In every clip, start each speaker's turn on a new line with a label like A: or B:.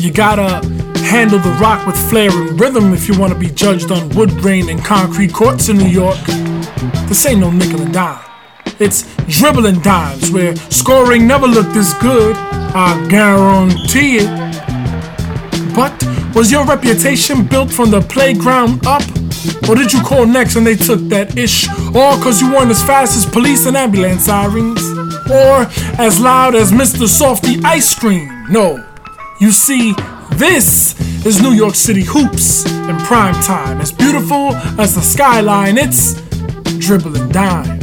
A: You gotta handle the rock with flair and rhythm if you wanna be judged on wood grain and concrete courts in New York. This ain't no nickel and dime. It's dribbling dimes where scoring never looked this good. I guarantee it. But was your reputation built from the playground up? Or did you call next and they took that ish? Or cause you weren't as fast as police and ambulance sirens? Or as loud as Mr. Softy ice cream? No. You see, this is New York City hoops in prime time. As beautiful as the skyline, it's dribbling dime.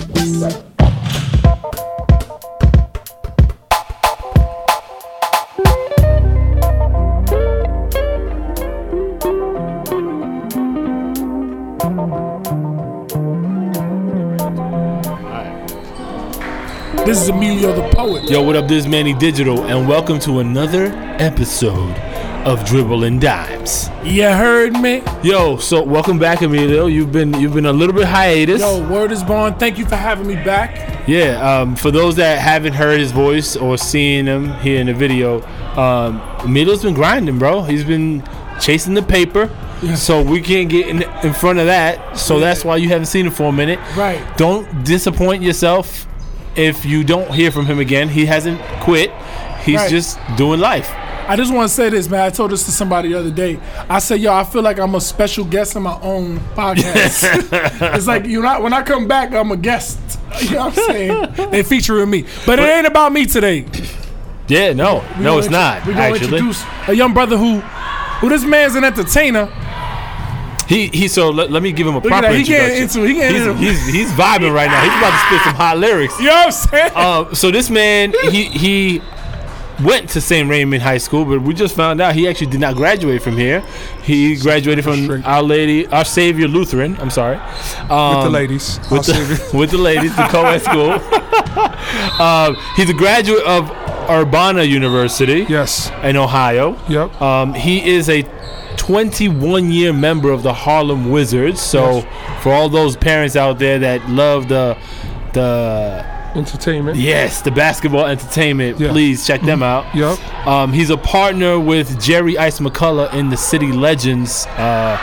A: This is Emilio the poet.
B: Yo, what up? This is Manny Digital, and welcome to another episode of Dribble and Dimes.
A: You heard me?
B: Yo, so welcome back, Emilio. You've been you've been a little bit hiatus.
A: Yo, word is born. Thank you for having me back.
B: Yeah. Um, for those that haven't heard his voice or seen him here in the video, um, Emilio's been grinding, bro. He's been chasing the paper. So we can't get in, in front of that. So that's why you haven't seen him for a minute.
A: Right.
B: Don't disappoint yourself if you don't hear from him again. He hasn't quit. He's
A: Right.
B: just doing life.
A: I just want to say this, man. I told this to somebody the other day. I said, yo, I feel like I'm a special guest in my own podcast. it's like you know, when I come back, I'm a guest. You know what I'm saying? they featuring me, but it ain't about me today.
B: Yeah, no, no, it's not.
A: We're gonna
B: actually,
A: introduce a young brother who, who this man's an entertainer.
B: he he. So let, let me give him a
A: at
B: proper
A: that, he
B: introduction.
A: getting into it, he getting
B: he's,
A: into it.
B: he's he's vibing right now. He's about to spit some hot lyrics.
A: You know what I'm saying?
B: Uh, so this man, he he went to St. Raymond High School, but we just found out he actually did not graduate from here. He graduated from Our Lady, Our Savior Lutheran. I'm sorry, um,
C: the ladies. I'll
B: with
C: save
B: the, with the ladies, the co-ed school. um, he's a graduate of Urbana University
C: it. Yes.
B: in Ohio.
C: Yep.
B: Um, he is a 21 year member of the Harlem Wizards. So for all those parents out there that love the the
C: Entertainment.
B: yes the basketball entertainment,
C: Yeah.
B: please check them out.
C: Yep.
B: Um, he's a partner with Jerry Ice McCullough in the City Legends uh,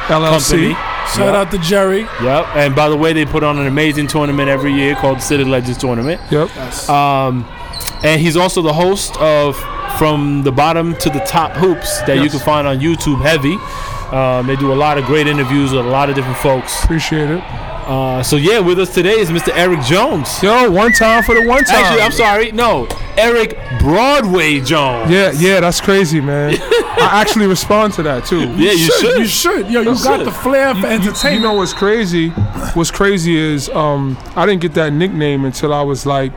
B: company.
C: LLC.
A: Shout out to Jerry.
B: Yep. And by the way, they put on an amazing tournament every year called the City Legends Tournament.
C: Yep.
B: Um, and he's also the host of From the Bottom to the Top Hoops that you
C: Yes.
B: can find on YouTube Heavy. Um, they do a lot of great interviews with a lot of different folks.
C: Appreciate it.
B: Uh, so yeah, with us today is Mr. Eric Jones.
C: Yo, one time for the one time.
B: Actually, I'm sorry, no, Eric Broadway Jones.
C: Yeah, yeah, that's crazy, man. I actually respond to that too.
B: yeah, you should.
A: You should. Yo, you got
B: should.
A: the flair for
C: You
A: entertainment.
C: know what's crazy? What's crazy is um, I didn't get that nickname until I was like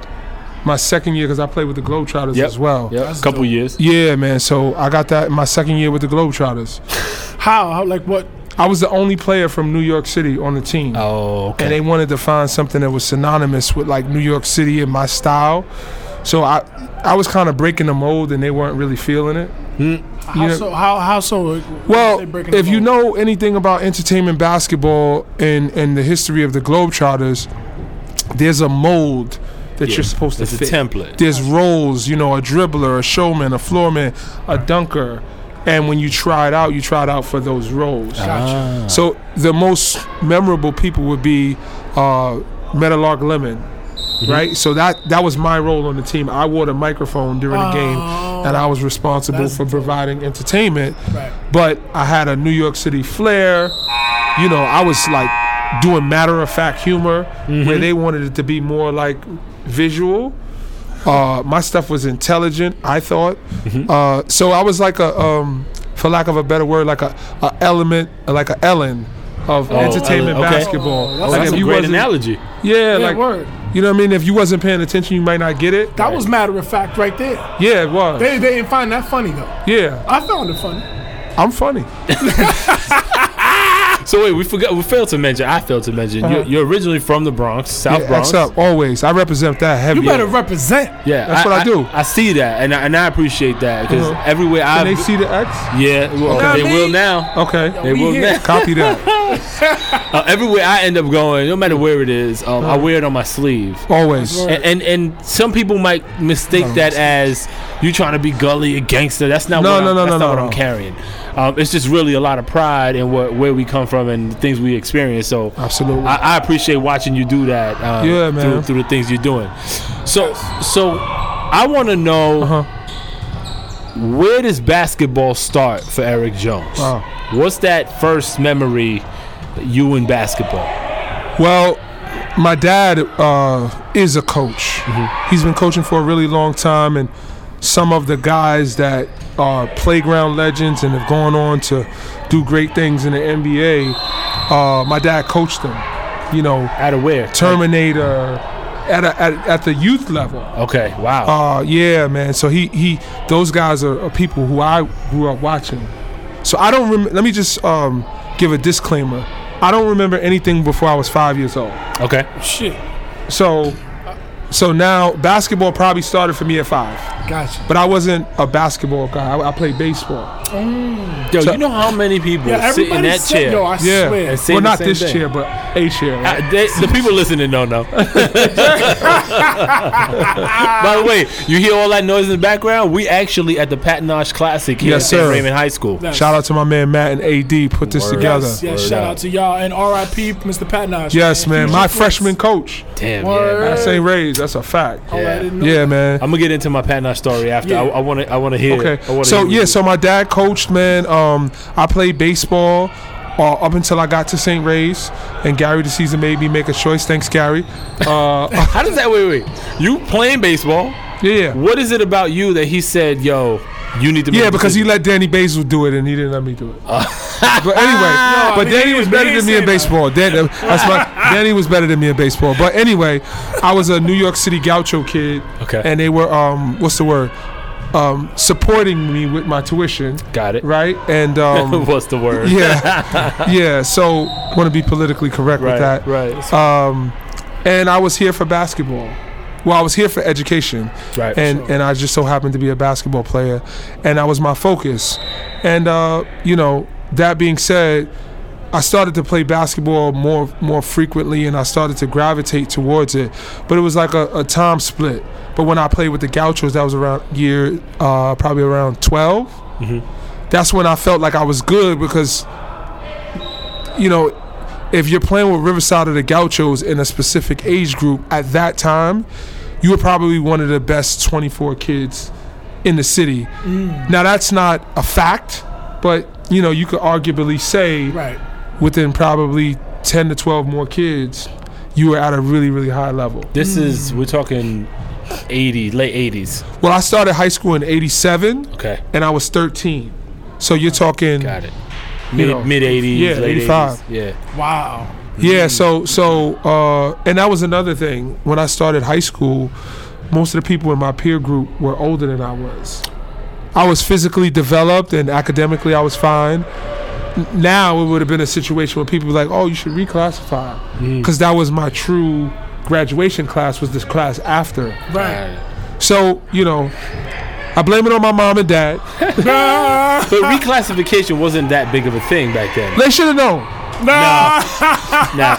C: my second year because I played with the Globetrotters
B: Yep.
C: as well.
B: Yep. Couple years.
C: Yeah, man. So I got that in my second year with the Globetrotters.
A: How? How? Like what?
C: I was the only player from New York City on the team.
B: Oh,
C: and they wanted to find something that was synonymous with like New York City and my style. So I I was kind of breaking the mold and they weren't really feeling it.
B: Hmm.
A: How
C: know-
A: so? How? How so? Like,
C: Well,
A: they breaking the
C: if you
A: mold?
C: know anything about entertainment basketball and and the history of the Globetrotters, there's a mold that you're supposed to
B: It's a
C: fit.
B: template.
C: There's roles, you know, a dribbler, a showman, a floorman, a dunker. And when you try it out, you try it out for those roles.
B: Uh,
A: Gotcha.
C: So the most memorable people would be uh, Metalark Lemon,
A: Mm-hmm.
C: right? So that that was my role on the team. I wore the microphone during the game, and I was responsible
A: Oh. that's
C: for providing entertainment.
A: Right.
C: But I had a New York City flair. You know, I was like doing matter of fact humor
A: Mm-hmm.
C: where they wanted it to be more like visual. Uh, my stuff was intelligent, I thought.
B: Mm-hmm.
C: Uh, so I was like a, um, for lack of a better word, like a, a element, like a Ellen of entertainment
B: Oh, Ellen, okay.
C: basketball.
A: Oh, that's
C: like
B: That's
C: if
B: a
C: you
B: great
C: wasn't-
B: analogy.
A: Yeah,
C: Yeah, like
A: word.
C: you know what I mean. If you wasn't paying attention, you might not get it.
A: That was matter of fact right there.
C: Yeah, it was.
A: They, they didn't find that funny though.
C: yeah,
A: I found it funny.
C: I'm funny.
B: So wait, we forgot. We failed to mention. I failed to mention. You're, you're originally from the Bronx, South
C: Uh-huh. Yeah,
B: Bronx.
C: That's up always. I represent that heavy.
A: You better represent.
B: Yeah,
C: That's what I do.
B: I, see that, and I, and I appreciate that because
C: Uh-huh.
B: everywhere I
C: Can they see the X?
B: yeah, well,
A: Okay.
B: they will now.
C: Okay.
A: We here.
B: They will now. They
C: Okay.
A: We
B: will
A: here.
B: now.
C: Copy that.
B: Uh, everywhere I end up going, no matter where it is, um,
C: Uh-huh.
B: I wear it on my sleeve.
C: Always.
B: And, and and some people might mistake that as you trying to be gully, a gangster. That's not
C: No,
B: what,
C: no,
B: I'm,
C: no,
B: that's
C: no,
B: not what
C: no,
B: I'm
C: no.
B: carrying. Um, it's just really a lot of pride in what where we come from and the things we experience. So
C: Absolutely.
B: I, I appreciate watching you do that. Uh,
C: Yeah,
B: Through,
C: man.
B: through the things you're doing. So so I want to know
C: Uh-huh.
B: where does basketball start for Eric Jones?
C: Wow.
B: What's that first memory? You in basketball.
C: Well, my dad uh, is a coach. He's been coaching for a really long time, and some of the guys that are playground legends and have gone on to do great things in the NBA, uh, my dad coached them. You know,
B: Out of where?
C: Terminator at, a, at, at the youth level.
B: Okay. Wow.
C: Uh, yeah, man. So he he, those guys are, are people who I grew up watching. So I don't rem- let me just um, give a disclaimer. I don't remember anything before I was five years old.
B: okay.
A: Shit.
C: So, so now basketball probably started for me at five,
A: Gotcha.
C: but I wasn't a basketball guy. I, I played baseball.
B: Yo,
C: So-
B: you know how many people
A: Yeah,
B: sit in
A: everybody
B: that
A: said,
B: chair?
A: yo, I
C: Yeah.
A: swear.
B: and say
C: Well,
B: the
C: not
B: same
C: this
B: thing?
C: chair, but a chair. Right?
B: I- they- the people listening don't know. By the way, you hear all that noise in the background? We actually at the Patinosh Classic here
C: Yes,
B: at
C: sir.
B: Raymond High School.
A: Yes.
C: Shout out to my man Matt and AD put this
B: Word.
C: together.
A: Yes,
C: Yes,
A: yes,
B: Word
A: shout
B: up.
A: out to y'all and RIP, Mr. Patnosh.
C: man. My freshman coach,
B: Damn, yeah.
A: Word.
B: man.
C: I say raised. That's a fact.
B: Yeah.
C: Yeah, man.
B: I'm gonna get into my Patinosh story after.
A: Yeah.
B: I want to. I want to hear. I
C: Okay.
B: wanna
C: So
B: hear
C: yeah, so my dad coached, man. Um, I played baseball uh, up until I got to St. Ray's, and Gary the season made me make a choice. Thanks, Gary. Uh, yeah,
B: How does that? Wait, wait. You playing baseball?
C: yeah.
B: What is it about you that he said, "Yo, you need to"? Make
C: Yeah,
B: a
C: because he
B: decision?
C: let Danny Basil do it, and he didn't let me do it. but anyway, but
A: he
C: Danny
A: didn't-
C: was
A: he didn't
C: better than me
A: say that.
C: in baseball. Dan, uh, that's my, Danny was better than me in baseball. But anyway, I was a New York City Gaucho kid,
B: Okay.
C: and they were um, what's the word? Um, supporting me with my tuition,
B: got it.
C: right? And um,
B: What's the word?
C: yeah, yeah. So want to be politically correct
B: Right.
C: with that.
B: Right.
C: Um, and I was here for basketball. Well, I was here for education
B: right.
C: and and I just so happened to be a basketball player, and that was my focus. And uh, you know, that being said, I started to play basketball more more frequently, and I started to gravitate towards it. But it was like a, a time split. But when I played with the Gauchos, that was around year uh, probably around 12 That's when I felt like I was good because, you know. If you're playing with Riverside or the Gauchos in a specific age group at that time, you were probably one of the best 24 kids in the city.
B: Mm.
C: Now that's not a fact, but you know you could arguably say
A: Right.
C: within probably 10 to 12 more kids, you were at a really really high level.
B: This is we're talking 80, late 80s.
C: Well, I started high school in 87
B: Okay,
C: and I was 13. So you're talking
B: got it.
C: You
B: Mid
C: know,
B: mid 80s,
C: yeah,
B: late
C: 85.
B: 80s. Yeah.
A: Wow.
C: Yeah, so so uh and that was another thing when I started high school, most of the people in my peer group were older than I was. I was physically developed and academically I was fine. N- Now it would have been a situation where people were like, "Oh, you should reclassify."
A: Mm.
C: Cuz that was my true graduation class was this class after.
A: Right.
C: So, you know, I blame it on my mom and dad.
A: Nah.
B: But reclassification wasn't that big of a thing back then.
C: They should have known.
A: Nah.
B: Nah.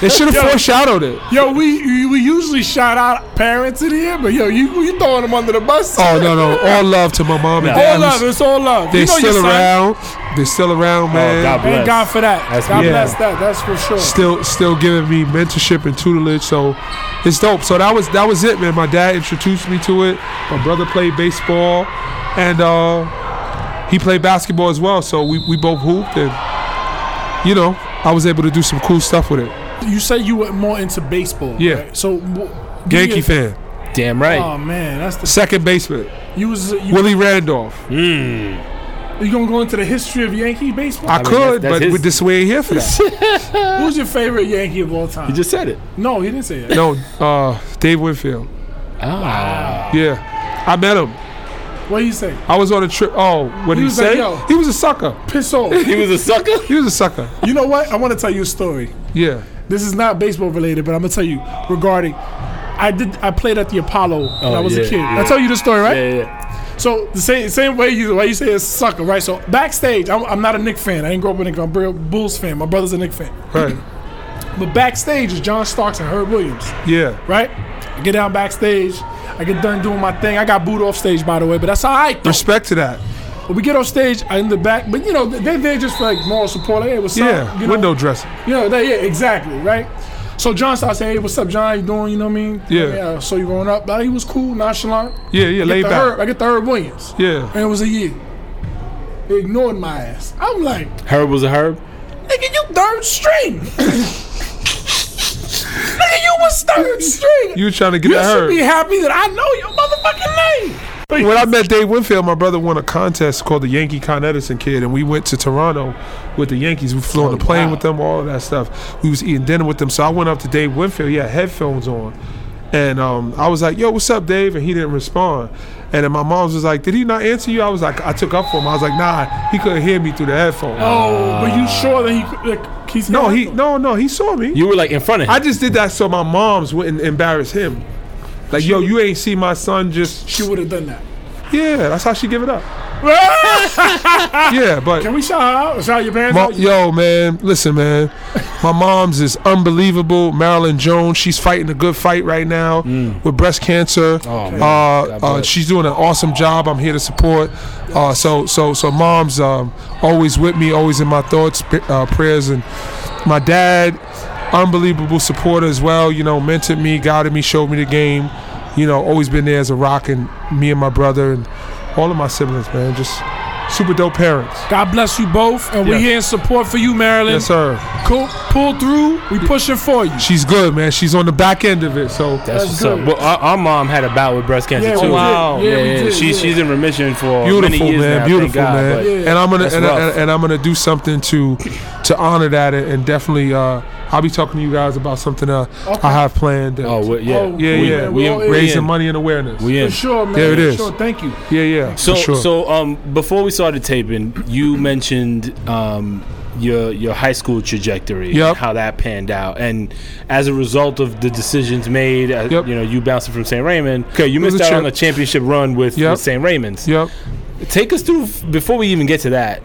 C: They should have foreshadowed it.
A: Yo, we we usually shout out parents in here, but yo, you you throwing them under the bus.
C: Oh, no, no. All love to my mom and
B: No.
C: dad.
A: all
C: who's-
A: love. It's all love.
C: They're
A: you know your
C: still
A: son.
C: around. They're still around, man.
B: Oh, God bless.
A: Thank God for that.
B: That's
A: God
C: beautiful.
A: bless that. That's for sure.
C: Still, still giving me mentorship and tutelage. So it's dope. So that was that was it, man. My dad introduced me to it. My brother played baseball, and uh, he played basketball as well. So we, we both hooped, and you know, I was able to do some cool stuff with it.
A: You say you were more into baseball.
C: Yeah.
A: right? So w- give me
C: Yankee
A: a-
C: fan,
B: Damn right.
A: Oh man, that's the
C: second baseman,
A: you was you,
C: Willie Randolph.
A: you gonna go into the history of Yankee baseball?
C: I,
B: mean, that's-
C: could,
B: that's
C: but
B: his-
C: with this way here for that.
A: Who's your favorite Yankee of all time?
B: you just said it.
A: no, he didn't say that.
C: no, uh, Dave Winfield.
B: Ah.
C: Yeah, I met him.
A: What do you say?
C: I was on a trip. Oh, what did
A: He
C: he,
A: was like,
C: say?
A: "Yo."
C: he was a sucker.
A: Piss off.
B: He was a sucker?
C: He was a sucker.
A: you know what? I want to tell you a story.
C: Yeah.
A: This is not baseball related, but I'm gonna tell you regarding. I did. I played at the Apollo when
B: Oh,
A: I was a
B: yeah,
A: kid.
B: yeah.
A: I tell you the story, right?
B: Yeah, yeah.
A: So the same same way you why you say it's sucker, right? So backstage, I'm, I'm not a Nick fan. I didn't grow up a Nick. I'm a Bulls fan. My brother's a Nick fan.
C: Right.
A: But backstage is John Starks and Herb Williams,
C: Yeah.
A: right? I get down backstage. I get done doing my thing. I got booed off stage, by the way, but that's all right. Though.
C: Respect to that.
A: But we get off stage, I in the back, but you know, they they just for like moral support. Like, hey, what's
C: Yeah.
A: up? You know?
C: Window dressing.
A: You know, they, yeah, exactly, right? So John starts saying, hey, what's up, John? You doing? You know what I mean?
C: Yeah.
A: so you going up? Like, he was cool, nonchalant.
C: Yeah, yeah,
A: Get
C: laid
A: the
C: back.
A: Herb, I get the Herb Williams.
C: Yeah.
A: And it was a year. They ignored my ass. I'm like,
B: Herb was a herb.
A: Nigga, you third string. Nigga, you was third string.
C: You were trying to get
A: You
C: that
A: should
C: Herb.
A: be happy that I know your motherfucking name.
C: When I met Dave Winfield, my brother won a contest called the Yankee Con Edison Kid, and we went to Toronto with the Yankees. We flew on
A: Oh,
C: the plane with them, all of that stuff. We was eating dinner with them, so I went up to Dave Winfield. He had headphones on, and um, I was like, "Yo, what's up, Dave?" And he didn't respond. And then my mom was like, "Did he not answer you?" I was like, "I took up for him." I was like, "Nah, he couldn't hear me through the headphones."
A: Oh, but you sure that he like, he's
C: no, he no no he saw me.
B: You were like in front of him.
C: I just did that so my mom's wouldn't embarrass him. Like, yo, you ain't see my son just
A: She would have done that.
C: yeah. That's how she give it up. yeah, but
A: Can we shout her out? Shout your parents
C: Mo-
A: out?
C: yo, man, listen, man. My mom's is unbelievable. Marilyn Jones, she's fighting a good fight right now with breast cancer.
B: Mm. Oh, man.
C: uh, uh,
B: bless.
C: she's doing an awesome job. I'm here to support. Uh, so, so, so, mom's um, always with me, always in my thoughts, p- uh, prayers, and my dad, unbelievable supporter as well. You know, mentored me, guided me, showed me the game. You know, always been there as a rock, and me and my brother and all of my siblings, man, just super dope parents.
A: God bless you both, and we
C: Yeah.
A: here in support for you, Marilyn.
C: Yes, sir.
A: Cool. Pull through. We pushing for you.
C: She's good, man. She's on the back end of it. So
B: That's
A: That's
B: what's up.
A: good.
B: Well, our, our mom had a bout with breast cancer
A: Yeah, we
B: too.
A: did. Wow. Yeah,
B: Yeah,
A: we
B: yeah,
A: did,
B: She,
A: yeah.
B: She's in remission for many
C: beautiful,
B: years
C: man.
B: now.
C: beautiful,
B: thank God,
C: man.
B: but-
A: Yeah.
C: And I'm gonna
B: That's
C: and,
B: rough.
C: and, and I'm gonna do something to to honor that, and, and definitely uh, I'll be talking to you guys about something uh, I have planned. uh,
B: Oh, we- yeah.
A: Oh,
C: yeah,
B: we,
C: yeah.
B: We,
A: Well,
B: we,
A: it-
C: raising
B: in.
C: money and awareness.
B: We
A: For
B: in.
A: sure, man.
C: There it
A: For
C: is.
A: Sure. Thank you.
C: Yeah, yeah.
B: So,
C: for sure.
B: so um, before we started taping, you mentioned um, your your high school trajectory,
C: Yep.
B: and how that panned out, and as a result of the decisions made, uh,
C: Yep.
B: you know, you bouncing from St. Raymond. Okay, you
C: It was
B: missed
C: a
B: out
C: cha-
B: on the championship run with,
C: Yep.
B: with St. Raymond's.
C: yep.
B: Take us through before we even get to that.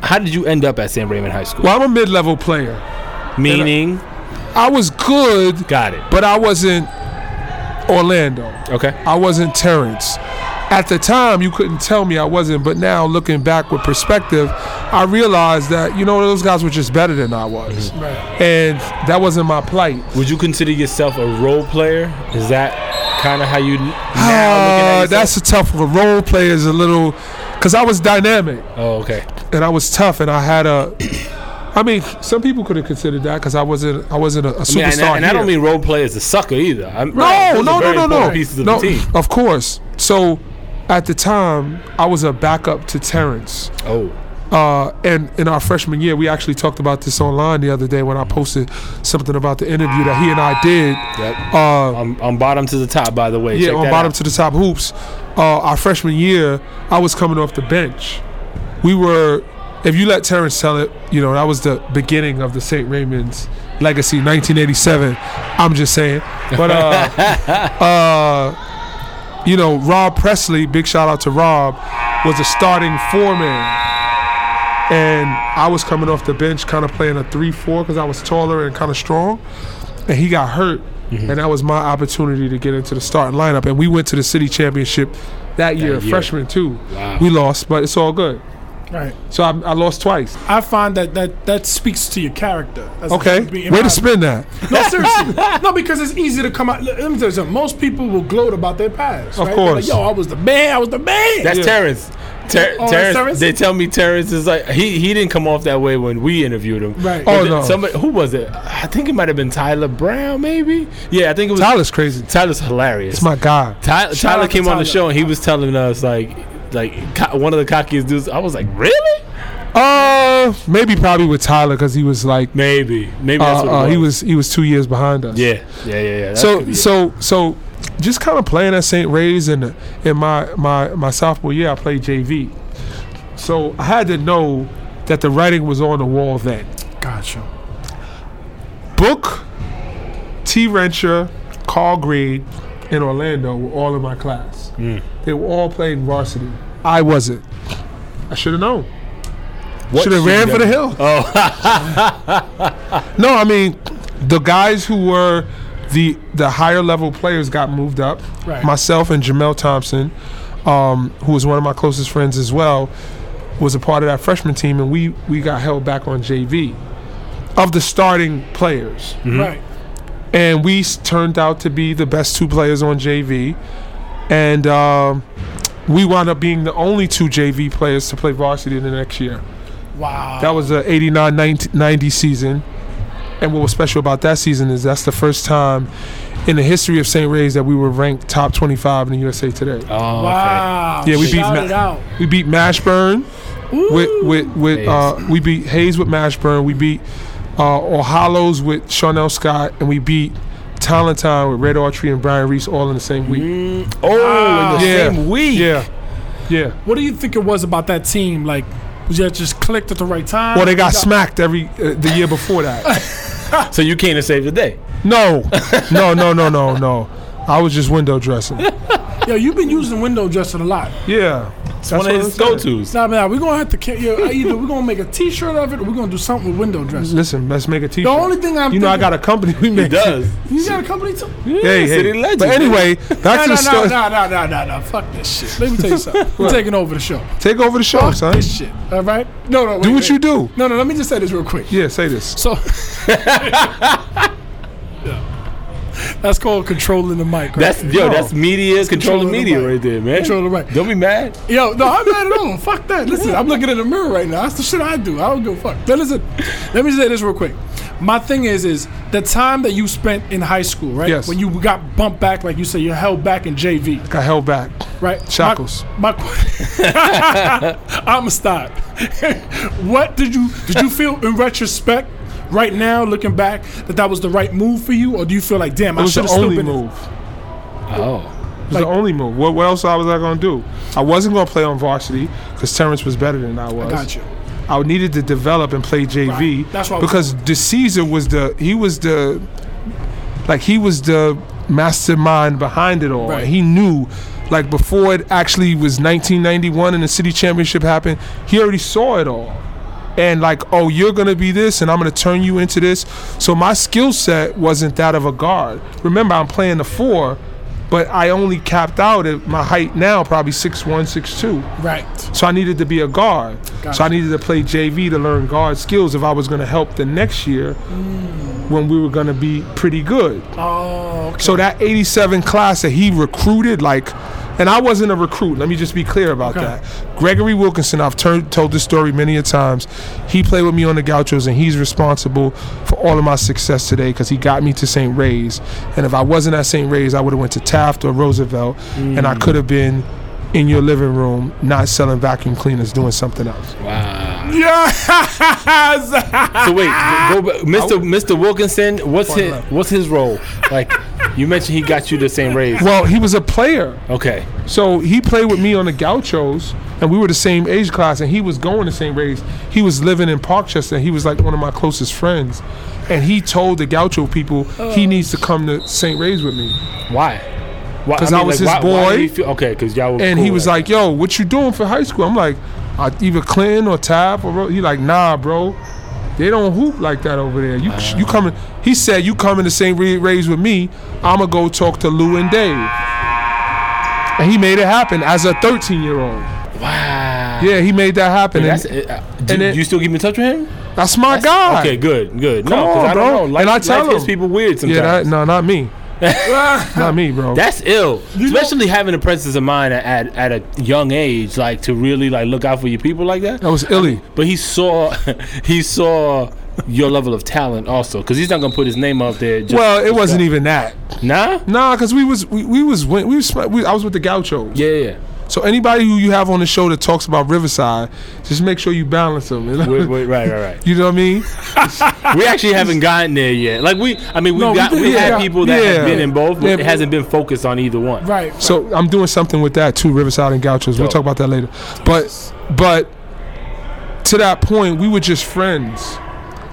B: How did you end up at St. Raymond High School?
C: Well, I'm a mid-level player.
B: Meaning,
C: I was good,
B: got it.
C: but I wasn't Orlando.
B: Okay.
C: I wasn't Terrence. At the time, you couldn't tell me I wasn't, but now looking back with perspective, I realized that, you know, those guys were just better than I was.
B: Mm-hmm.
A: Right.
C: And that wasn't my plight.
B: Would you consider yourself a role player? Is that kind of how you now
C: Ah,
B: looking at
C: that's
B: yourself?
C: a tough one. Role play is a little, because I was dynamic
B: Oh, okay.
C: and I was tough and I had a. I mean, some people could have considered that because I wasn't. I wasn't a, a
B: I mean,
C: superstar.
B: and, I- and I
C: here.
B: don't mean role play as a sucker either. I'm,
C: No,
B: those
C: no,
B: are
C: no,
B: very
C: no, no.
B: important Pieces of
C: no
B: the team.
C: Of course. So, at the time, I was a backup to Terrence.
B: Oh,
C: Uh, and in our freshman year, we actually talked about this online the other day when I posted something about the interview that he and I did.
B: yep.
C: Uh,
B: I'm, I'm bottom to the top, by the way.
C: yeah,
B: Check
C: on
B: that
C: bottom
B: out.
C: to the top hoops. Uh, our freshman year, I was coming off the bench. We were, if you let Terrence tell it, you know, that was the beginning of the St. Raymond's legacy, 1987. I'm just saying. But, uh, uh, you know, Rob Presley, big shout out to Rob, was a starting foreman. And I was coming off the bench, kind of playing a 3 4 because I was taller and kind of strong. And he got hurt. And that was my opportunity to get into the starting lineup. And we went to the city championship that year,
B: year.
C: freshman too.
B: Wow.
C: We lost, but it's all good.
A: Right.
C: So I, I lost twice.
A: I find that that that speaks to your character. That's
C: Okay.
A: be-
C: Way
A: in my-
C: to spin that.
A: No, seriously. no, because it's easy to come out. Let me tell you something. Most people will gloat about their past. right?
C: Of
A: They're
C: course.
A: Like, Yo, I was the man. I was the man.
B: That's
C: Yeah.
B: Terrence. Ter-
A: Oh, that's
B: Terrence,
A: Terrence?
B: They tell me Terrence is like he he didn't come off that way when we interviewed him.
A: Right.
B: But
C: Oh,
B: then
C: no.
B: Somebody who was it? I think it might have been Tyler Brown, maybe. Yeah, I think it was
C: Tyler's crazy.
B: Tyler's hilarious.
C: It's my guy.
B: Ty-
A: Shout
B: Tyler
A: out to
B: came on
A: Tyler.
B: the show and he was telling us like like co- one of the cockiest dudes. I was like, really?
C: Uh, maybe probably with Tyler because he was like,
B: Maybe. Maybe
C: uh,
B: that's what it
C: uh, he was he was two years behind us.
B: Yeah. Yeah. Yeah. Yeah. That could
C: So
B: be it.
C: so so, just kind of playing at St. Ray's and in my my my sophomore year, I played JV. So I had to know that the writing was on the wall then.
A: Gotcha.
C: Book, T. Rencher, Carl Grade, and Orlando were all in my class.
B: Hmm.
C: They were all playing varsity. I wasn't. I should have known.
B: What
C: Should have ran
B: you
C: for the
B: done?
C: hill. Oh. no, I mean, the guys who were the the higher level players got moved up.
A: Right.
C: Myself and Jamel Thompson, um, who was one of my closest friends as well, was a part of that freshman team, and we we got held back on JV of the starting players,
A: Right.
C: and we s- turned out to be the best two players on JV, and um, we wound up being the only two JV players to play varsity the next year.
A: Wow.
C: That was the 89 90 90 season. And what was special about that season is that's the first time in the history of St. Ray's that we were ranked top 25 in the USA Today.
B: Oh,
A: wow.
C: Yeah, we beat
A: Shout
C: Ma-
A: it out.
C: We beat Mashburn with with with uh, we beat Hayes with Mashburn. We beat uh, O'Hallows with Charnel Scott, and we beat Talentine with Red Autry and Brian Reese all in the same week.
B: okay. Oh, in the
C: Yeah.
B: same week.
C: Yeah, yeah.
A: What do you think it was about that team? Like, was that just clicked at the right time?
C: Well, they got smacked every uh, the year before that.
B: So you came to save the day.
C: No, no, no, no, no, no. I was just window dressing.
A: Yo, you've been using window dressing a lot.
C: Yeah. That's
B: One
C: what
B: of
C: I'm
B: his
C: saying.
B: go tos.
A: Nah, man, we're gonna have to ca- yo, either we're gonna make a T-shirt of it, or we're gonna do something with window dressing.
C: Listen, let's make a t-shirt.
A: The only thing I'm
C: you know, I
A: thinking-
C: got a company. We
B: He
C: make.
B: does.
A: You got a company too?
C: Hey,
B: City
C: hey.
B: legend.
C: But anyway, back
A: No,
C: to
A: no,
C: the
A: no,
C: story.
A: no, no, no, no, no. Fuck this shit. Let me tell you something. We're taking over the show.
C: Take over the show, son.
A: This shit. All right. No, no. Wait,
C: Do what
A: wait.
C: you do.
A: No, no. Let me just say this real quick.
C: Yeah, say this.
A: So. That's called controlling the mic. Right?
B: That's yo. That's media
A: Controlling
B: controlling
A: the
B: media
A: mic.
B: right there, man.
A: Controlling the mic.
B: Don't be mad.
A: Yo, no, I'm mad at all. Fuck that. Listen, I'm looking in the mirror right now. That's the shit I do. I don't give a fuck. But listen, let me say this real quick. My thing is, is the time that you spent in high school, right?
C: Yes.
A: When you got bumped back, like you said, you're held back in JV,
C: Got held back.
A: right? My-
C: Shackles.
A: My, I'm stop. what did you did you feel in retrospect? Right now, looking back, that that was the right move for you, or do you feel like, damn,
C: It
A: I
C: was
A: should
C: the
A: have still
C: only
A: been?
C: move.
B: Oh,
C: It was the only move. What, what else I was I gonna do? I wasn't gonna play on varsity because Terrence was better than I was.
A: Got you.
C: I needed to develop and play JV.
A: Right. That's what I was
C: because DeCesar was the he was the like he was the mastermind behind it all.
A: Right.
C: He knew like before it actually was 1991 and the city championship happened, he already saw it all. And like, oh, you're gonna be this, and I'm gonna turn you into this. So my skill set wasn't that of a guard. Remember, I'm playing the four, but I only capped out at my height now, probably six one, six two.
A: Right.
C: So I needed to be a guard.
A: Gotcha.
C: So I needed to play JV to learn guard skills if I was going to help the next year when we were going to be pretty good.
A: Oh, okay.
C: So that 87 class that he recruited, like, and I wasn't a recruit. Let me just be clear about
A: Okay.
C: that. Gregory Wilkinson, I've turned, told this story many a times. He played with me on the Gauchos, and he's responsible for all of my success today because he got me to St. Ray's. And if I wasn't at St. Ray's, I would have went to Taft or Roosevelt, and I could have been in your living room, not selling vacuum cleaners, doing something else.
B: wow.
A: yes.
B: So wait, go, back- Mr. Mr. Wilkinson. What's his
C: left.
B: What's his role? Like you mentioned, he got you the same raise.
C: Well, he was a player.
B: Okay.
C: So he played with me on the Gauchos, and we were the same age class, and he was going the same race. He was living in Parkchester, and he was like one of my closest friends. And he told the Gaucho people he needs to come to St. Ray's with me.
B: Why? Why-
C: 'Cause I was his
B: why- why
C: boy,
B: did he feel- okay, because y'all were.
C: And he
B: cool
C: was like, "Yo, what you doing for high school?" I'm like, I, "Either Clinton or Tab or Ro-" he like, nah, bro, they don't hoop like that over there. You you coming?" He said, "You coming to St. Ra- Ray's with me? I'ma go talk to Lou and Dave." And he made it happen as a 13 year old.
B: wow.
C: Yeah, he made that happen.
B: That's,
C: and
B: uh, do,
C: and it-
B: you still keep in touch with him?
C: that's my guy.
B: Okay, good, good. no,
C: Come
B: 'cause
C: on,
B: I
C: bro.
B: don't know. Life,
C: And I tell
B: life hits
C: him.
B: people weird sometimes.
C: Yeah, that, no, not me. not me, bro.
B: That's ill,
A: know-
B: especially having a presence of mind at, at a young age, like to really like look out for your people like that.
C: that was illy.
B: But he saw, he saw your level of talent also, because he's not gonna put his name out there. Just,
C: Well, it wasn't even that.
B: nah,
C: Nah, cause we was we, we was win- we was we, I was with the Gauchos.
B: yeah, yeah.
C: So anybody who you have on the show that talks about Riverside, just make sure you balance them.
B: Wait, wait, right, right,
C: You know what I mean?
B: right. We actually haven't gotten there yet. Like we, I mean, we
A: No, we
B: got we,
A: did-
B: had
C: yeah.
B: people that have
C: Yeah.
B: been in both, but
C: Yeah,
B: it
C: but-
B: hasn't been focused on either one.
A: Right.
C: So I'm doing something with that too, Riverside and Gauchos. We'll
B: Dope.
C: talk about that later. But but to that point, we were just friends.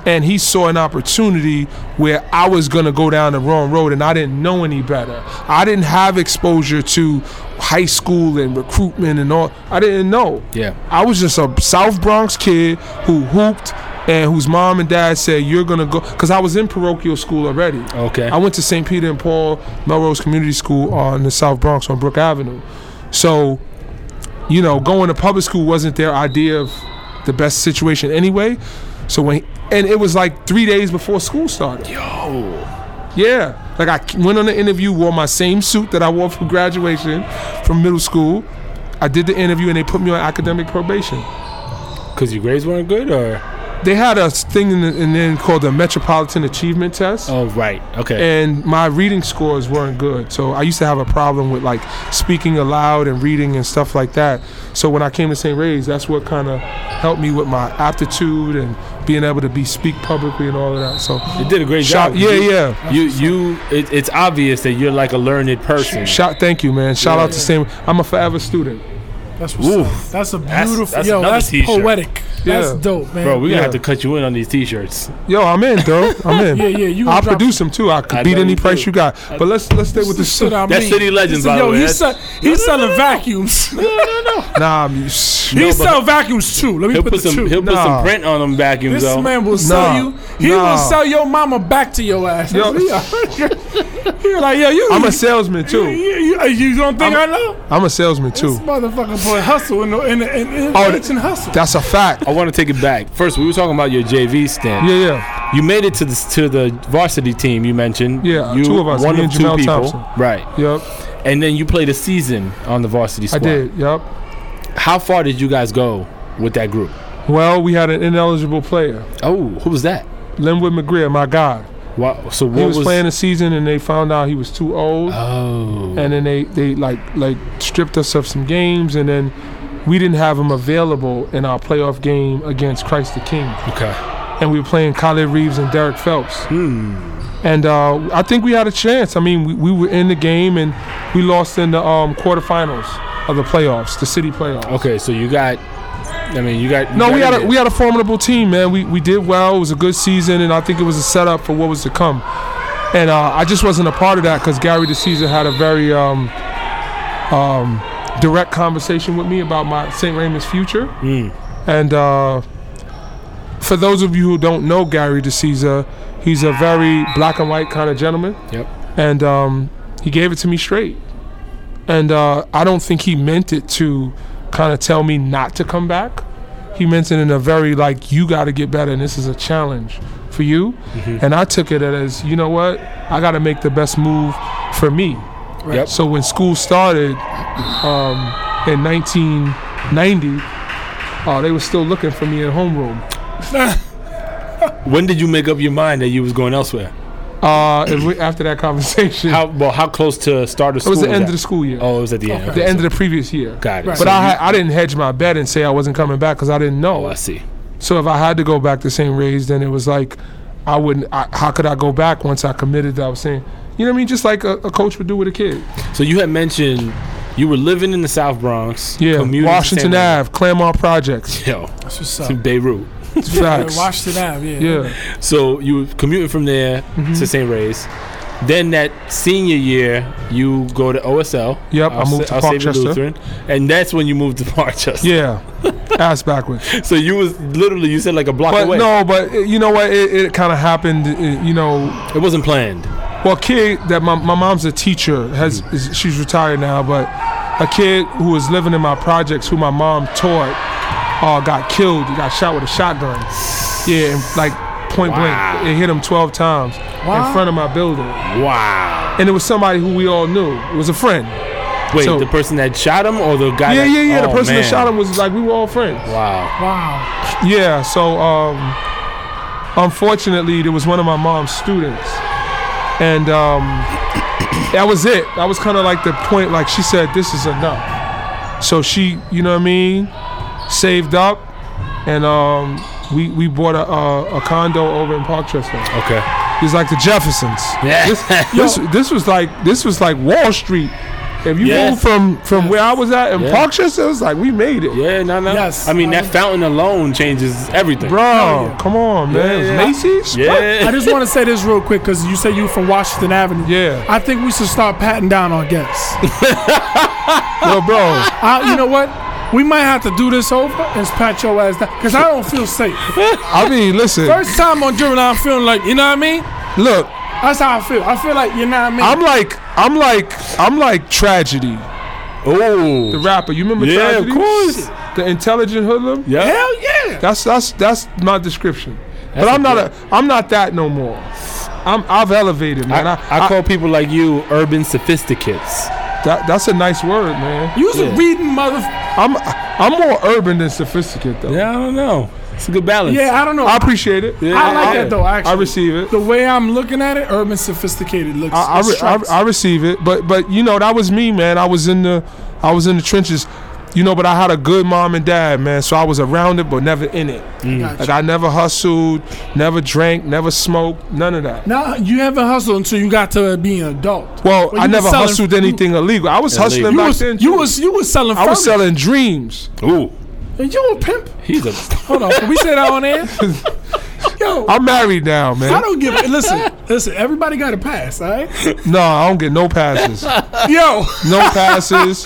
C: And he saw an opportunity where I was gonna go down the wrong road and I didn't know any better. I didn't have exposure to high school and recruitment and all. I didn't know.
B: Yeah.
C: I was just a South Bronx kid who hooped and whose mom and dad said you're gonna go because I was in parochial school already.
B: Okay.
C: I went to St. Peter and Paul Melrose Community School on the South Bronx on Brook Avenue, so you know going to public school wasn't their idea of the best situation anyway. So when and it was like three days before school started.
B: Yo.
C: Yeah. Like I c- went on the interview, wore my same suit that I wore from graduation from middle school. I did the interview and they put me on academic probation.
B: Cause your grades weren't good, or
C: They had a s- thing in, the, in then called the Metropolitan Achievement Test.
B: oh right, okay,
C: And my reading scores weren't good. So I used to have a problem with like speaking aloud and reading and stuff like that. So when I came to St. Ray's, that's what kind of helped me with my aptitude and being able to be speak publicly and all of that. So
B: you did a great
C: shout,
B: job.
C: yeah,
B: You-
C: yeah.
B: You you, it, it's obvious that you're like a learned person.
C: Shout, thank you, man. Shout out to St. I'm a forever student.
A: That's what's up. That's a
B: That's-
A: beautiful.
B: that's
A: yo,
B: another
A: that's
B: t-shirt.
A: poetic.
C: Yeah.
A: That's dope, man.
B: Bro, we
C: Yeah.
B: gonna have to cut you in on these t-shirts.
C: Yo, I'm in, though. I'm in.
A: Yeah, yeah, you gonna
C: I'll
A: drop-
C: produce them too. I could
B: I
C: beat
B: know
C: any
B: you
C: price
B: do.
C: you got. But let's let's stay with the
A: This shit
C: shit.
A: I
B: That's
A: mean.
B: City Legends,
A: He
B: by
A: said,
B: the
A: yo,
B: way.
A: He
B: That's-
A: sell, he selling vacuums.
C: Nah, I'm- shh.
A: he
B: but-
A: sell vacuums too. Let me
B: He'll
A: put,
B: put
A: the
B: some,
A: two.
B: he'll put
C: Nah.
B: some print on them vacuums
A: This
B: though.
A: man will sell
C: Nah.
A: you. He
C: Nah.
A: will sell your mama back to your ass.
C: Yo.
A: You're like, yo, you.
C: I'm a salesman
A: you,
C: too.
A: you, you don't think i know?
C: I'm a salesman
A: This
C: too.
A: motherfucker put hustle in the in the, in, in
C: Oh,
A: kitchen hustle.
C: That's a fact.
B: I want to take it back. First, we were talking about your JV stand.
C: Yeah, yeah.
B: You made it to the to the varsity team. You mentioned.
C: Yeah,
B: you,
C: two of us,
B: One
C: me
B: of
C: and
B: two
C: Jamel
B: people.
C: Thompson.
B: Right,
C: Yep.
B: and then you played a season on the varsity
C: I
B: squad.
C: did. Yep.
B: How far did you guys go with that group?
C: Well, we had an ineligible player,
B: Oh, who was that?
C: Linwood McGreer, my God.
B: Wow. So what
C: He was, playing a season and they found out he was too old.
B: Oh.
C: and then they, they like like stripped us of some games and then we didn't have him available in our playoff game against Christ the King.
B: Okay.
C: and we were playing Khalid Reeves and Derek Phelps.
B: Hmm.
C: And uh, I think we had a chance. I mean, we, we were in the game and we lost in the um, quarterfinals of the playoffs, the city playoffs.
B: Okay. So you got. I mean, you got. you
C: No,
B: got
C: we had
B: in
C: a, we had a formidable team, man. We, we did well. It was a good season, and I think it was a setup for what was to come. And uh, I just wasn't a part of that because Gary DeCesar had a very um, um, direct conversation with me about my St. Raymond's future.
B: Mm.
C: And uh, for those of you who don't know Gary DeCesar, he's a very black and white kind of gentleman
B: Yep.
C: and um, he gave it to me straight. And uh, I don't think he meant it to kind of tell me not to come back. He meant it in a very like you got to get better, and this is a challenge for you. And I took it as you know what I got to make the best move for me.
B: Yep.
C: So when school started um, in 1990, uh, they were still looking for me in homeroom.
B: When did you make up your mind that you was going elsewhere?
C: Uh, and we- after that conversation,
B: How well? How close to start of
C: it
B: school?
C: was the end
B: that?
C: of the school year,
B: Oh, it was at the end.
A: Okay.
B: Okay.
C: the end of the previous year.
B: Got it.
A: Right.
B: So
C: But I,
B: you-
C: had, I didn't hedge my bet and say I wasn't coming back because I didn't
B: Oh,
C: know.
B: I see.
C: So if I had to go back to St. Ray's, then it was like, I wouldn't. I, how could I go back once I committed that I was saying, you know what I mean? Just like a, a coach would do with a kid.
B: So you had mentioned you were living in the South Bronx.
C: Yeah,
B: commuting to
C: Washington
B: San
C: Ave, Claremont Projects,
B: Yo,
A: That's what's
B: to
A: up.
B: Beirut.
A: Yeah,
C: facts.
A: Washington Ave, yeah.
C: Yeah,
B: So you were commuting from there
C: Mm-hmm.
B: to St. Ray's. Then that senior year, you go to OSL.
C: Yep, I
B: Our
C: moved
B: Sa-
C: to
B: our Savior
C: Parkchester.
B: Lutheran, and that's when you moved to Parkchester.
C: yeah, ass backwards.
B: So you was literally you said like a block
C: But
B: away.
C: no, but it, you know what? It, it kind of happened. It, you know,
B: it wasn't planned.
C: Well, a kid that my, my mom's a teacher has
B: Hmm.
C: is, she's retired now, but a kid who was living in my projects, who my mom taught, uh, got killed. He got shot with a shotgun. Yeah, and like point
B: Wow.
C: blank, it hit him 12 times
A: Wow.
C: in front of my building,
B: Wow.
C: and it was somebody who we all knew. It was a friend.
B: Wait,
C: So-
B: the person that shot him or the guy?
C: Yeah,
B: that,
C: yeah, yeah. the
B: oh,
C: person
B: man.
C: that shot him was like we were all friends.
B: Wow.
A: Wow.
C: Yeah, so um, unfortunately, there was one of my mom's students, and um, that was it. That was kind of like the point. Like she said, this is enough. So she, you know what I mean, saved up, and um, we we bought a, a, a condo over in Parkchester.
B: Okay.
C: It was like the Jeffersons.
B: Yeah.
C: This, this, this was like this was like Wall Street. If you
B: Yes.
C: move from from where I was at in
B: Yeah.
C: Parkchester, it was like we made it.
B: Yeah, no, no.
A: Yes.
B: I mean, that fountain alone changes everything.
C: Bro, come on, man.
B: Oh, Yeah,
C: It was
B: yeah.
C: Macy's?
A: I
B: Yeah.
A: just want to say this real quick because you say you from Washington Avenue.
C: Yeah.
A: I think we should start patting down our guests.
C: Well, bro,
A: I, you know what? We might have to do this over and pat your ass down because I don't feel safe.
C: I mean, listen,
A: First time on Driven, I'm feeling like you know what I mean.
C: look,
A: That's how I feel. I feel like you know what I mean.
C: I'm like, I'm like, I'm like tragedy.
B: Oh,
C: The rapper, you remember
B: Yeah, of
C: tragedy?
B: course.
C: The intelligent hoodlum.
B: yeah.
A: Hell yeah.
C: That's that's that's my description. but
B: a
C: I'm not a, I'm not that no more. I'm I've elevated, man. I,
B: I, I call people like you urban sophisticates.
C: that, that's a nice word, man.
A: You was
B: Yeah.
A: a reading mother.
C: I'm I'm more urban than sophisticated though.
B: Yeah, I don't know. It's a good balance.
A: Yeah, I don't know.
C: I
A: I,
C: appreciate it.
A: like
B: I-
A: that though. Actually,
C: I receive it.
A: the way I'm looking at it, urban sophisticated looks.
C: I, I,
A: it
C: re-
A: strikes.
C: I, I receive it, but but you know that was me, man. I was in the I was in the trenches, you know. But I had a good mom and dad, man. So I was around it, but never in it.
A: Gotcha.
C: Like I never hustled, never drank, never smoked, none of that.
A: Now you haven't hustled until you got to being an adult.
C: Well,
A: you
C: I
A: was
C: never
A: selling-
C: hustled anything illegal. I was
B: Illegal.
C: hustling
B: You
A: You
C: back
A: was,
C: then.
A: you
C: too.
A: was you was selling.
C: I was
A: furniture.
C: selling dreams.
B: Ooh,
A: And you a pimp?
B: he's a.
A: Hold on, can we say that on air? Yo, I
C: I'm married now, man.
A: don't give. Listen, listen. Everybody got a pass, all right?
C: No, I don't get no passes.
A: Yo,
C: No passes.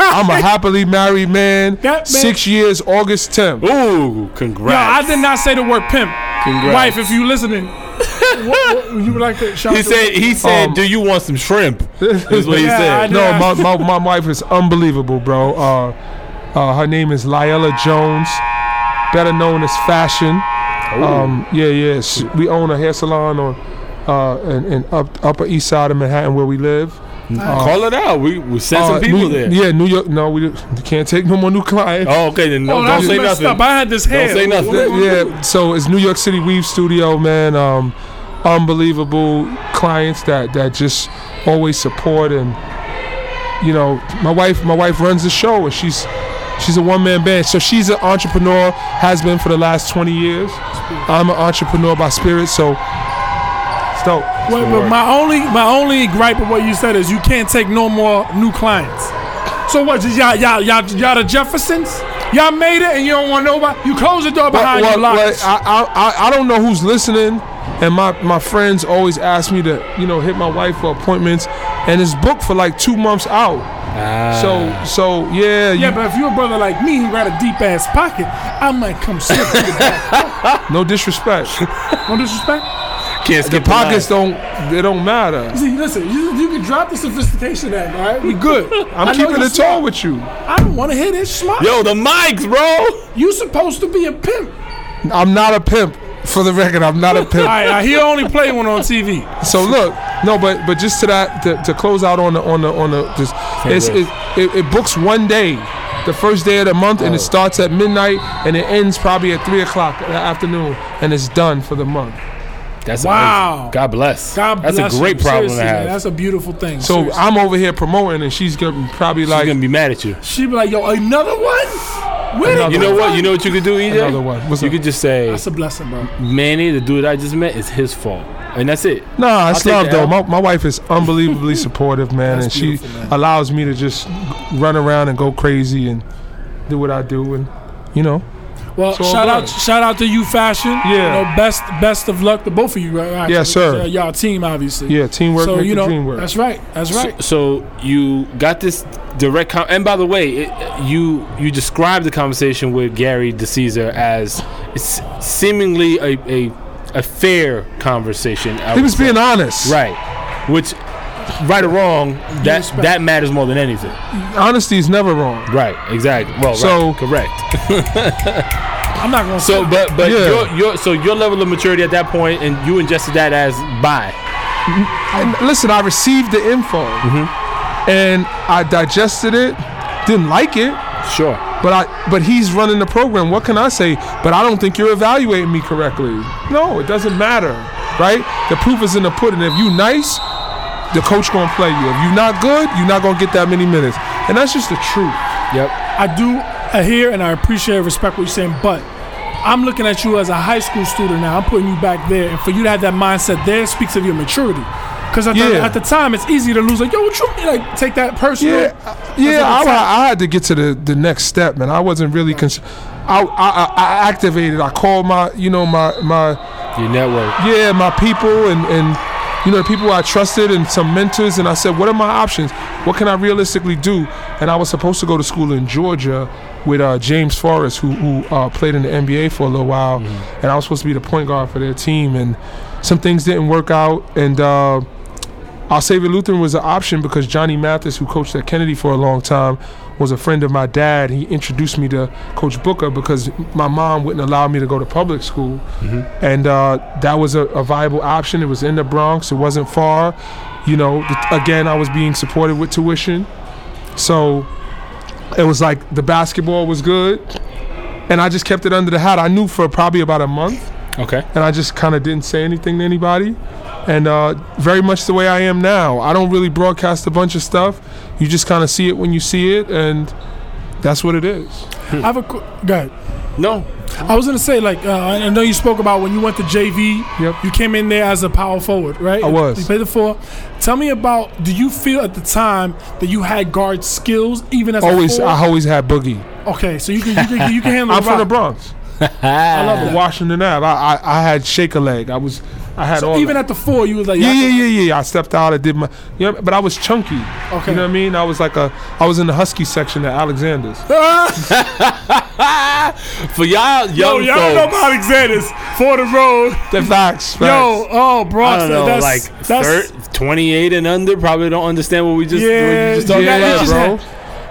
C: I'm a happily married man.
A: That man-
C: Six years, August 10th.
B: Ooh,
A: yo, I
B: congrats.
A: did not say the word pimp.
B: Congrats.
A: Wife, if you listening, what, what, you would like to shout
B: he
A: to-
B: said. He said,
C: Um,
B: "Do you want some shrimp?" Is what he
A: Yeah, I
B: said.
A: did.
C: No, my, my, my wife is unbelievable, bro. Uh, uh, her name is Lyella Jones, better known as Fashion. Um, yeah, yeah. She, we own a hair salon on uh, in, in up, Upper East Side of Manhattan where we live.
B: Call it out. We we sent
C: Uh,
B: some people
C: New-
B: there.
C: Yeah, New York. No, we can't take no more new clients.
B: Oh, okay. Then no,
A: Oh,
B: don't
A: that's
B: say
A: messed
B: nothing.
A: up. I had this hair.
B: say nothing.
A: What am I
C: yeah,
A: gonna do?
C: so it's New York City Weave Studio, man. Um, unbelievable clients that that just always support and you know, my wife my wife runs the show and she's she's a one man band. So she's an entrepreneur, has been for the last 20 years. I'm an entrepreneur by spirit, so it's dope.
A: Wait, but my only my only gripe of what you said is you can't take no more new clients. So what? just Y'all y'all y'all, y'all the Jeffersons? Y'all made it and you don't want nobody. You close the door behind
C: well,
A: you. lock
C: well,
A: it.
C: I, I- I, I don't know who's listening, and my, my friends always ask me to, you know, hit my wife for appointments, and it's booked for like two months out. So, so yeah,
A: Yeah,
C: you,
A: but if you're a brother like me who got a deep ass pocket, I might come slip to the back.
C: no disrespect.
A: No disrespect.
B: Can't
C: the
B: skip
C: pockets don't, they don't matter.
A: See, listen, you, you can drop the sophistication act, all right? We good.
C: I'm
A: I know
C: keeping
A: you
C: it tall
A: smart.
C: with you.
A: I don't want to hear this smart.
B: Yo, the mics, bro.
A: You supposed to be a pimp.
C: I'm not a pimp. For the record, I'm not a
A: All
C: pimp.
A: right, all right, he only played one on TV.
C: So look, no, but but just to that to, to close out on the on the on the this, it's,
B: wait.
C: it, it it books one day, the first day of the month, and it
A: Oh.
C: starts at midnight and it ends probably at three o'clock in the afternoon, and it's done for the month.
B: That's
A: Wow.
B: amazing. God bless.
A: God
B: That's
A: bless
B: a great
A: you.
B: problem
A: Seriously,
B: to have.
A: man, That's a beautiful thing.
C: So
A: Seriously.
C: I'm over here promoting, and she's gonna probably
B: She's
C: like
B: gonna be mad at you.
A: She be like, yo, another one? Where did
C: Another
B: You know what? You know what you could do, EJ.
C: another one. What's
B: You
C: up?
B: could just say,
A: That's a blessing, bro.
B: Manny, the dude I just met, is his fault, and that's it.
C: Nah, it's
B: take
C: love
B: the
C: though.
B: L.
C: My, my wife is unbelievably supportive, man, and
A: That's
C: she
A: beautiful, man.
C: allows me to just run around and go crazy and do what I do, and you know.
A: Well,
C: So
A: shout
C: I'm
A: out,
C: glad.
A: shout out to you, fashion.
C: Yeah.
A: You know, best, best of luck to both of you, right? Actually,
C: Yes, sir.
A: because, uh, Y'all team, obviously.
C: Yeah, teamwork
A: So
C: make
A: you
C: the
A: know,
C: dream work.
A: that's right. That's right.
B: So you got this direct, com- and by the way, it, you you described the conversation with Gary DeCesar as it's seemingly a, a a fair conversation. I
C: He
B: would
C: was
B: say.
C: being honest.
B: right, which right or wrong, that
A: respect.
B: that matters more than anything.
C: Honesty is never wrong.
B: Right, exactly. Well,
C: So-
B: right, correct.
A: I'm not gonna.
B: So, but but
C: Yeah.
B: your your so your level of maturity at that point, and you ingested that as by.
C: And listen, I received the info
A: Mm-hmm.
C: and I digested it, didn't like it,
B: Sure.
C: but I but he's running the program. What can I say? But I don't think you're evaluating me correctly. No, it doesn't matter, right? The proof is in the pudding. If you nice, the coach gonna play you. If you not good, you're not gonna get that many minutes. And that's just the truth.
B: Yep.
A: I do I hear and I appreciate and respect what you're saying, but I'm looking at you as a high school student now. I'm putting you back there, and for you to have that mindset there speaks of your maturity. Because at, the
C: Yeah.
A: at the time, it's easy to lose. Like, yo, what you mean? Like, take that personal.
C: Yeah, uh, yeah. I,
A: what I'm
C: I, I had to get to the, the next step, man. I wasn't really concerned. I, I I activated. I called my you know my my
B: Your network.
C: yeah my people and and you know the people I trusted and some mentors and I said, what are my options? What can I realistically do? And I was supposed to go to school in Georgia with uh, James Forrest, who, who uh, played in the NBA for a little while, and I was supposed to be the point guard for their team, and some things didn't work out, and uh, our Savior Lutheran was an option because Johnny Mathis, who coached at Kennedy for a long time, was a friend of my dad. He introduced me to Coach Booker because my mom wouldn't allow me to go to public school, and uh, that was a, a viable option. It was in the Bronx. It wasn't far. You know, th- again, I was being supported with tuition, so it was like the basketball was good, and I just kept it under the hat. I knew for probably about a month
B: Okay.
C: and I just kind of didn't say anything to anybody. And uh, very much the way I am now. I don't really broadcast a bunch of stuff. You just kind of see it when you see it, and that's what it is.
A: I have a qu- go ahead.
B: No.
A: I was gonna say like uh, I know you spoke about when you went to JV.
C: Yep.
A: You came in there as a power forward, right?
C: I was.
A: You played the four. Tell me about. Do you feel at the time that you had guard skills, even as
C: Always,
A: A forward?
C: I always had boogie.
A: okay, so you can you can, you can handle.
C: I'm from the
A: rock.
C: Bronx,
A: I love that.
C: Washington Ave. I, I, I had shake a leg. I was, I had all.
A: So even
C: that.
A: at the four, you was like,
C: yeah, yeah, yeah, yeah. I stepped out. I did my, you know, but I was chunky.
A: Okay.
C: You know what I mean? I was like a, I was in the husky section at Alexander's.
B: For y'all
A: Yo,
B: young
A: y'all
B: folks,
A: know about Alexander's for the road.
C: the facts, facts.
A: Yo, oh,
B: I
A: Bronx.
B: don't know,
A: that's,
B: like
A: that's,
B: third, 28 and under probably don't understand what we just, what
A: Yeah,
B: you just talked
A: yeah,
B: about,
A: yeah,
B: bro.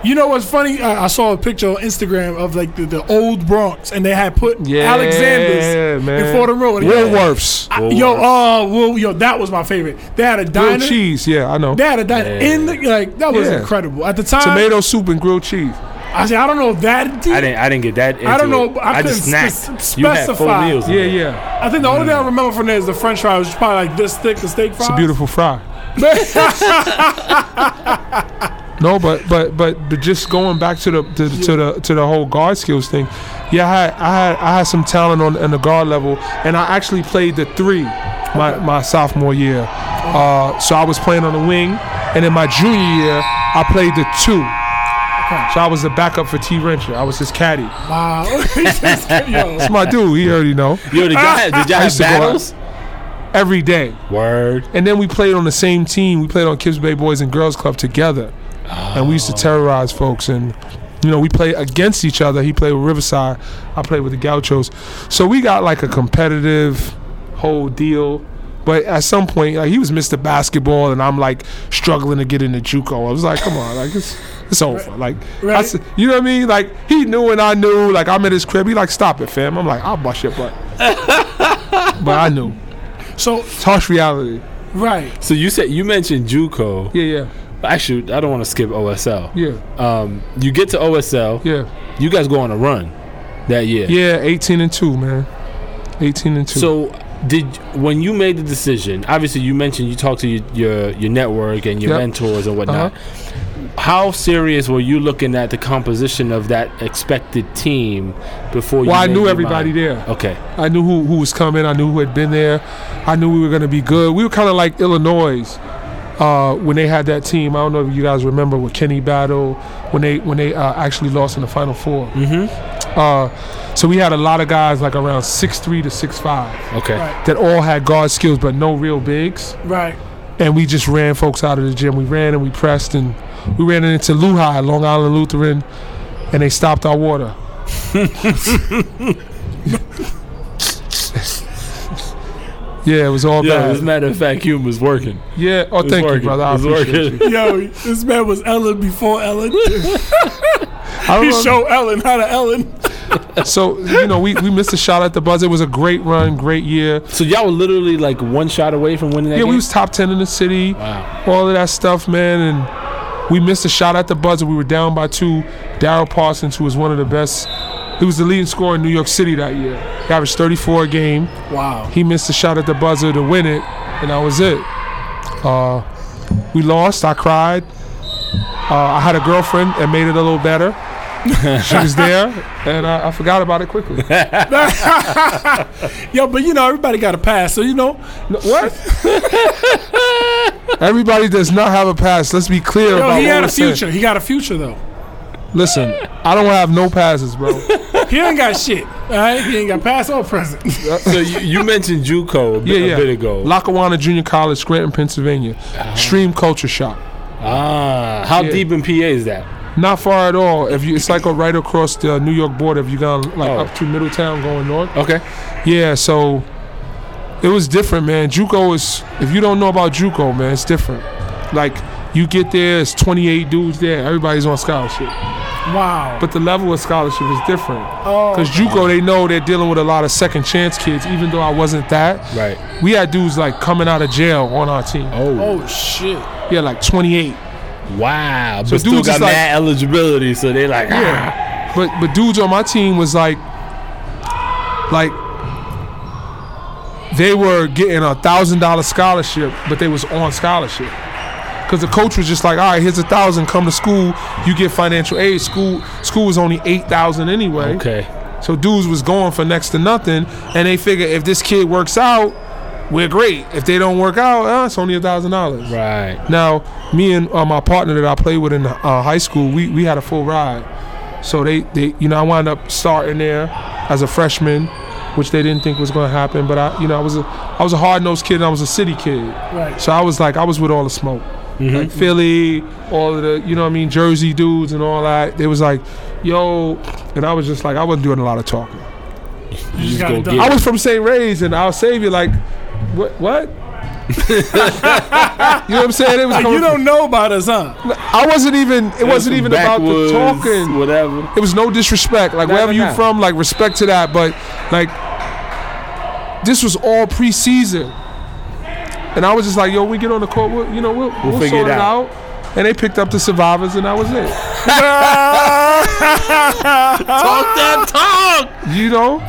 A: You know what's funny? I, I saw a picture on Instagram of like the, the old Bronx, and they had put
C: Yeah,
A: Alexander's in
C: man.
A: Fordham Road.
C: Woolworths.
A: I- yo, oh, well, yo, that was my favorite. They had a diner.
C: Grilled cheese, yeah, I know.
A: They had a diner in the like that was
C: Yeah.
A: incredible at the time.
C: Tomato soup and grilled cheese.
A: I said I don't know if that. Deep.
B: I
A: I,
B: didn't. I didn't get that. Into
A: don't know,
B: It.
A: but I
B: just
A: couldn't
B: snacked.
A: spec-
B: you had full
A: specify.
B: meals. in
C: Yeah,
B: there.
C: yeah.
A: think the only thing I remember from there is the French fry was probably like this thick, the steak fry.
C: Mm. It's a beautiful fry. No, but but but but just going back to the to, to the to the whole guard skills thing. Yeah, I had I had I had some talent on in the guard level, and I actually played the three my my sophomore year. Uh, so I was playing on the wing, and in my junior year, I played the two. So I was the backup for T. Rencher. I was his caddy.
A: wow. yo,
C: That's my dude. He already know.
B: Yo, did y'all have, did y'all have
C: I used to go out.
B: battles?
C: Every day.
B: Word.
C: And then we played on the same team. We played on Kips Bay Boys and Girls Club together. And we used
A: Oh.
C: to terrorize folks. And, you know, we played against each other. He played with Riverside. I played with the Gauchos. So we got like a competitive whole deal. But at some point, like he was Mr. Basketball, and I'm like struggling to get into JUCO. I was like, "Come on, like it's it's over." Like,
A: Right.
C: I s- you know what I mean? Like he knew and I knew. Like I'm at his crib. He like, "Stop it, fam." I'm like, "I'll bust your butt," but I knew.
A: so
C: It's harsh reality.
A: right.
B: So you said you mentioned JUCO.
C: Yeah, yeah,
B: Actually, I don't want to skip OSL.
C: yeah.
B: Um, you get to OSL.
C: Yeah.
B: You guys go on a run that year.
C: Yeah, 18 and 2, man. 18 and 2.
B: So did when you made the decision? Obviously, you mentioned you talked to your your, your network and your
C: Yep. Uh-huh.
B: mentors and whatnot. How serious were you looking at the composition of that expected team before? you
C: well, I
B: made
C: knew
B: your
C: everybody
B: mind?
C: there.
B: Okay.
C: I knew who, who was coming. I knew who had been there. I knew we were going to be good. We were kind of like Illinois uh, when they had that team. I don't know if you guys remember with Kenny Battle when they when they uh, actually lost in the Final 4 Mm-hmm. Uh, so we had a lot of guys like around six three to six five
B: Okay.
A: Right.
C: that all had guard skills but no real bigs.
A: Right.
C: and we just ran folks out of the gym. We ran and we pressed and we ran into Lehigh, Long Island Lutheran, and they stopped our water. yeah, it was all
B: Yeah, as a
C: bad.
B: matter of fact, Hume was working.
C: Yeah, oh
B: It's
C: thank
B: working.
C: you, brother. I
B: It's
C: appreciate
B: working.
C: you.
A: Yo, this man was Ellen before Ellen.
C: I
A: He
C: remember-
A: showed Ellen how to Ellen.
C: so you know, we, we missed a shot at the buzzer. It was a great run, great year.
B: So y'all were literally like one shot away from winning that
C: Yeah,
B: game.
C: we was top ten in the city.
B: wow.
C: all of that stuff, man. And we missed a shot at the buzzer. We were down by two. Daryl Parsons, who was one of the best, he was the leading scorer in New York City that year. He averaged 34 a game.
A: Wow.
C: He missed a shot at the buzzer to win it, and that was it. Uh, we lost. I cried. Uh, I had a girlfriend and made it a little better. she was there, and I, I forgot about it quickly.
A: Yo, but you know everybody got a pass, so you know.
C: what? Everybody does not have a past. Let's be clear
A: Yo,
C: about
A: he
C: what
A: had
C: we're
A: a
C: saying.
A: future. He got a future though.
C: Listen, I don't have no passes, bro.
A: He ain't got shit. All right, he ain't got past or present.
B: so you, you mentioned JUCO a bit,
C: yeah, yeah.
B: a bit ago.
C: Lackawanna Junior College, Scranton, Pennsylvania. Stream Culture Shock.
B: ah, how
C: Yeah.
B: deep in PA is that?
C: Not far at all. If you, it's like a right across the uh, New York border. If you gone like
B: Oh.
C: up to Middletown going north.
B: Okay.
C: Yeah, so it was different, man. JUCO is if you don't know about JUCO, man, it's different. Like you get there, it's 28 dudes there. Everybody's on scholarship,
A: Wow.
C: but the level of scholarship is different.
A: oh,
C: Cause JUCO, they know they're dealing with a lot of second chance kids. Even though I wasn't that,
B: Right.
C: we had dudes like coming out of jail on our team.
B: Oh.
A: oh shit.
C: Yeah, like 28.
B: Wow. but still
C: dudes
B: got
C: is
B: mad
C: like-
B: eligibility, so they like ah.
C: Yeah. But but dudes on my team was like like they were getting a thousand dollar scholarship, but they was on scholarship. Cause the coach was just like, all right, here's a thousand, come to school, you get financial aid. School school was only eight thousand anyway.
B: ah, Okay.
C: So dudes was going for next to nothing, and they figure if this kid works out, we're great. If they don't work out, uh, it's only a thousand dollars.
B: Right.
C: Now, me and uh, my partner that I played with in uh, high school, we, we had a full ride. So they, they, you know, I wound up starting there as a freshman, which they didn't think was going to happen. But I, you know, I was a, I was a hard nosed kid and I was a city kid.
A: Right.
C: So I was like, I was with all the smoke. Like Philly, all of the, you know what I mean, Jersey dudes and all that. They was like, yo, and I was just like, I wasn't doing a lot of talking.
A: You just
B: just
A: got
B: go
A: it done.
B: get
C: I was from St. Ray's, and I'll save you. Like, what? What? you know what I'm saying? It was coming
A: You
C: from-
A: don't know about us, huh?
C: I wasn't even. It wasn't even about the
B: Backwoods,
C: talking.
B: Whatever.
C: It was no disrespect. Like
B: No,
C: wherever
B: no,
C: you
B: no.
C: from, like respect to that. But like, this was all preseason, and I was just like, "Yo, we get on the court. We'll, you know, we'll, we'll,
B: figure
C: sort
B: it
C: it
B: out.
C: out." And they picked up the survivors, and that was it. Ah!
B: Talk that talk.
C: You know,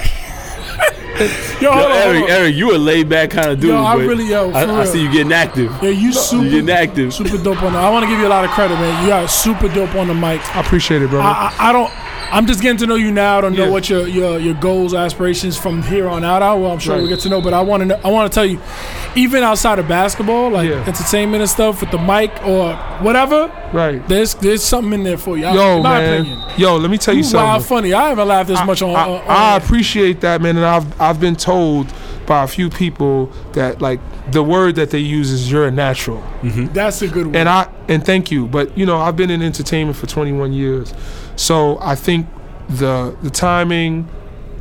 A: Yo,
B: Yo,
A: hold on, hold
B: Eric,
A: on.
B: Eric, you a laid back kind of dude.
A: Yo, I
B: but
A: really- yo, for
B: I, I
A: real.
B: see you getting active.
A: Yeah, you super,
B: You getting active.
A: super dope on the. I want to give you a lot of credit, man. You are super dope on the mic.
C: I appreciate it, bro.
A: I, I, I don't. I'm just getting to know you now. I don't know
C: Yeah.
A: what your, your your goals, aspirations from here on out are. Well, I'm sure
C: Right.
A: we'll get to know. But I want to. know I want to tell you, even outside of basketball, like
C: Yeah.
A: entertainment and stuff, with the mic or whatever,
C: right.
A: there's there's something in there for you. I-
C: Yo,
A: in my
C: man.
A: opinion,
C: Yo, let me tell you,
A: you
C: something.
A: wild funny. I haven't laughed as much on.
C: I,
A: on,
C: I
A: on-
C: appreciate that, man, and I've I've been told by a few people that like the word that they use is you're a natural,
A: that's a good one.
C: and I and thank you, but you know I've been in entertainment for 21 years, so I think the the timing,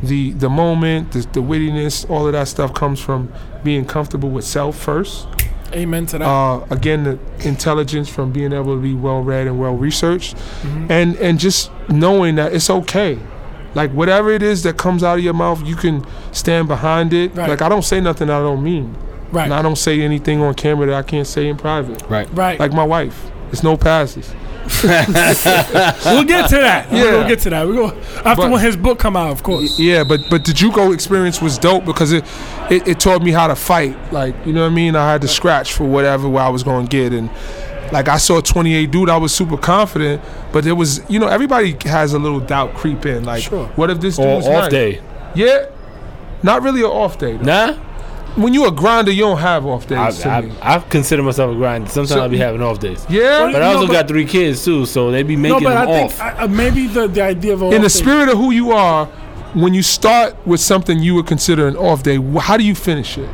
C: the the moment, the, the wittiness, all of that stuff comes from being comfortable with self first.
A: Amen to that.
C: Uh, again, the intelligence from being able to be well read and well researched,
A: Mm-hmm.
C: and and just knowing that it's okay. Like whatever it is that comes out of your mouth, you can stand behind it.
A: Right.
C: Like I don't say nothing I don't mean,
A: right.
C: and I don't say anything on camera that I can't say in private.
B: Right.
A: right.
C: Like my wife, it's no passes.
A: we'll get to that.
C: Yeah.
A: We'll get to that. We go after
C: But-
A: when his book come out, of course.
C: Yeah, but but the JUCO experience was dope because it, it it taught me how to fight. Like you know what I mean. I had to scratch for whatever I was gonna get, and like I saw 28 dude, I was super confident, but there was you know everybody has a little doubt creep in. Like
A: Sure.
C: what if this dude
B: Or
C: was
B: off
C: nice?
B: day.
C: Yeah, not really an off day. though.
B: Nah.
C: When you a grinder, you don't have off
B: I,
C: days. to me.
B: I, I consider myself a grinder. Sometimes
C: So-
B: I'll be having off days.
C: yeah,
B: But I
A: No,
B: also
A: but-
B: got three kids too, so they be making
A: No, but I
B: them
A: think
B: off.
A: I, uh, maybe the, the idea of a
C: in the spirit of who you are, when you start with something you would consider an off day, wh- how do you finish it?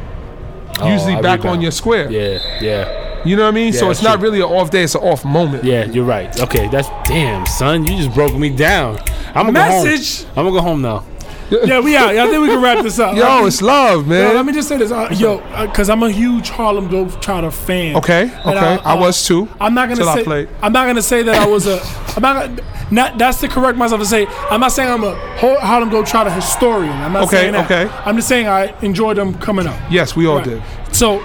B: Oh,
C: Usually
B: I
C: back
B: rebound.
C: on your square.
B: yeah, yeah,
C: You know what I mean? so
B: that's
C: it's not
B: true.
C: really an off day; it's an off moment.
B: yeah. You're right. Okay, that's damn son. You just broke me down. I'm gonna
A: Message.
B: go home. I'm gonna go home now.
A: Yeah, we out. Yeah, I think we can wrap this up.
C: Yo, it's love,
A: Yo,
C: man.
A: let me just say this, uh, yo, because I'm a huge Harlem Globetrotter fan.
C: okay,
A: And uh, um,
C: okay, I, was too.
A: I'm not gonna
C: till I
A: say.
C: played.
A: I'm not gonna say that I was a. I'm not. gonna- Not that's to correct myself to say. I'm not saying I'm a Har- Harlem Globetrotter historian. I'm not
C: Okay,
A: saying that.
C: okay.
A: I'm just saying I enjoyed them coming up.
C: yes, we all
A: Right.
C: did.
A: So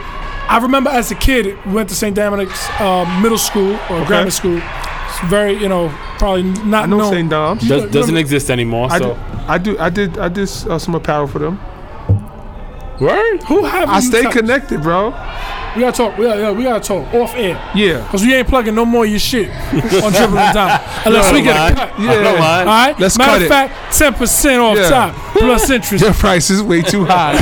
A: I remember as a kid, we went to St. Dominic's uh, middle school or grammar school. It's very, you know, probably not
C: I know
A: known.
C: St. Dom's.
B: Does,
A: know-
B: doesn't
A: remember-
B: exist anymore.
C: I,
B: so
C: do, I do. I did. I did uh, some apparel for them.
B: word.
A: Who have
C: I
A: you
C: stay
A: touched?
C: connected, bro.
A: We gotta talk. We gotta, yeah, we gotta talk off air.
C: Yeah.
A: Cause we ain't plugging no more of your shit on Dribble and Dime unless
B: I
A: we
B: don't
A: get a
B: mind.
A: cut.
C: Yeah.
B: I don't
A: All
B: mind.
A: right.
C: Let's
A: Matter
C: cut
A: of
C: it.
A: fact, ten percent off
C: Yeah.
A: top plus interest.
C: Their price is way too high.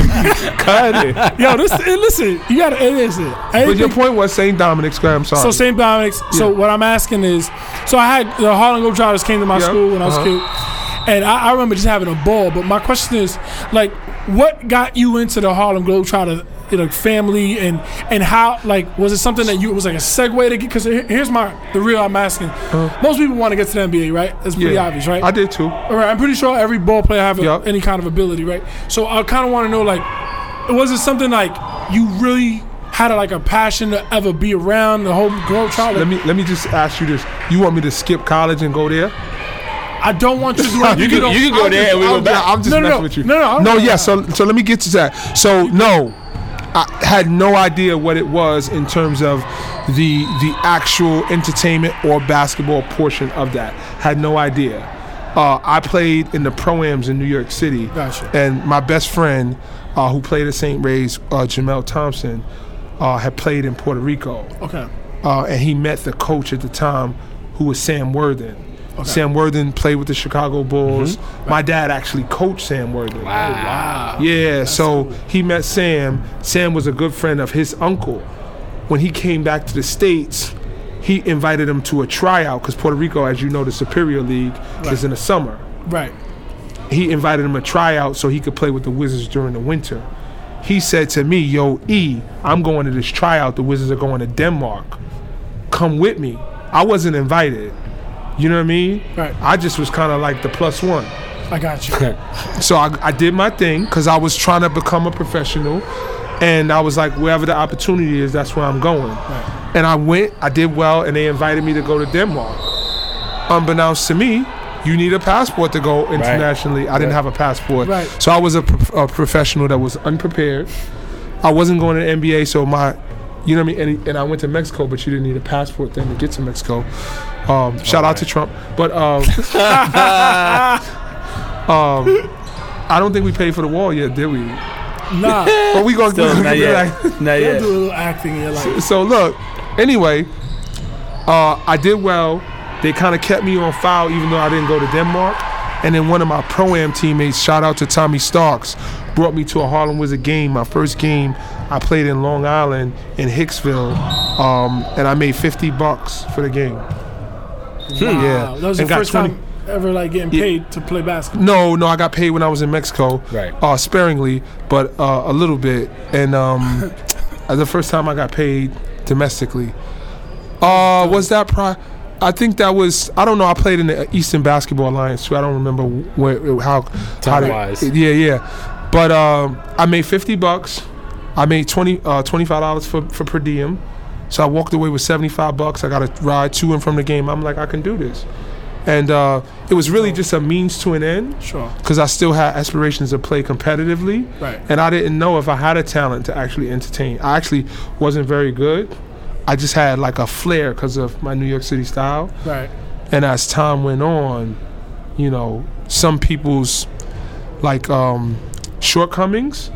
C: Cut it.
A: Yo, this eh, listen. You gotta eh, listen.
C: But your
A: Anything-
C: point was St. Dominic's. Graham, I'm sorry.
A: So St. Dominic's. So
C: Yeah.
A: what I'm asking is, so I had the Harlem Globetrotters came to my
C: Yeah.
A: school when I was
C: Uh-huh.
A: a kid, and I, I remember just having a ball. But my question is, like, what got you into the Harlem Globetrotter like family and and how like was it something that you it was like a segue to get? Because here's my the real I'm asking. Most people want to get to the NBA, right? It's pretty obvious, right?
C: Uh-huh. I did too.
A: All right, I'm pretty sure every ball player have a-
C: Yup.
A: any kind of ability, right? So I kind of want to know, like, was it something like you really had like a passion to ever be around the whole girl child?
C: Let me let me just ask you this. You want me to skip college and go there?
A: I don't want you to. do
B: You can-
A: don't-
B: you can go
A: I'm
B: there
A: just-
B: and we
A: I'm
B: go
A: just-
B: back.
C: Yeah, I'm just
A: No, no,
C: messing
A: no.
C: with you.
A: No, no, I don't
C: no.
A: know.
C: Yeah. So, so let me get to that. So, no, I had no idea what it was in terms of the the actual entertainment or basketball portion of that. Had no idea. Uh, I played in the proams in New York City,
A: Gotcha.
C: and my best friend, uh, who played at St. Ray's, uh, Jamel Thompson, uh, had played in Puerto Rico
A: Okay.
C: uh, and he met the coach at the time, who was Sam Worthen. Sam Worthen played with the Chicago Bulls. My dad actually coached Sam Worthen.
A: Wow.
C: Yeah, so he met Sam. Sam was a good friend of his uncle. When he came back to the States, he invited him to a tryout because Puerto Rico, as you know, the Superior League is in the summer.
A: Right.
C: He invited him to tryout so he could play with the Wizards during the winter. He said to me, Yo, E, I'm going to this tryout. The Wizards are going to Denmark come with me. I wasn't invited. You know what I mean?
A: Right.
C: I just was kind of like the plus one.
A: I got you.
C: So I, I did my thing because I was trying to become a professional. And I was like, wherever the opportunity is, that's where I'm going. And I went, I did well, and they invited me to go to Denmark. Unbeknownst to me, you need a passport to go internationally. I didn't have a passport.
A: Right.
C: So I was a, prof- a professional that was unprepared. I wasn't going to the NBA, so my, you know what I mean? And, and I went to Mexico, but you didn't need a passport then to get to Mexico. Um, shout out to Trump. But um, I don't think we paid for the wall yet, did we?
A: nah. Don't
C: But we gonna
B: Still, not
C: like-
B: yet.
A: do
B: Not yet.
A: a little acting in your life.
C: So look, anyway, uh, I did well. They kind of kept me on file, even though I didn't go to Denmark. And then one of my pro am teammates, shout out to Tommy Starks, brought me to a Harlem Wizard game. My first game, I played in Long Island in Hicksville, um, and I made 50 bucks for the game.
A: Hmm. Wow. That was
C: And
A: the
C: got
A: first
C: 20
A: time ever like getting paid to play basketball.
C: No, no, I got paid when I was in Mexico.
B: Right.
C: Uh, sparingly, but uh, a little bit. And um, uh, the first time I got paid domestically. Uh, was that pri? I think that was. I don't know. I played in the Eastern Basketball Alliance too. I don't remember where, how. how they-
B: Time-wise.
C: Yeah, yeah. But um, I made fifty bucks. I made 20, uh, 25 dollars for, for per diem. So I walked away with seventy five bucks. I got a ride to and from the game. I'm like, I can do this. And uh, it was really just a means to an end
A: Sure.
C: because I still had aspirations to play competitively,
A: Right.
C: and I didn't know if I had a talent to actually entertain. I actually wasn't very good. I just had like a flair because of my New York City style.
A: Right.
C: And as time went on, you know, some people's like um, shortcomings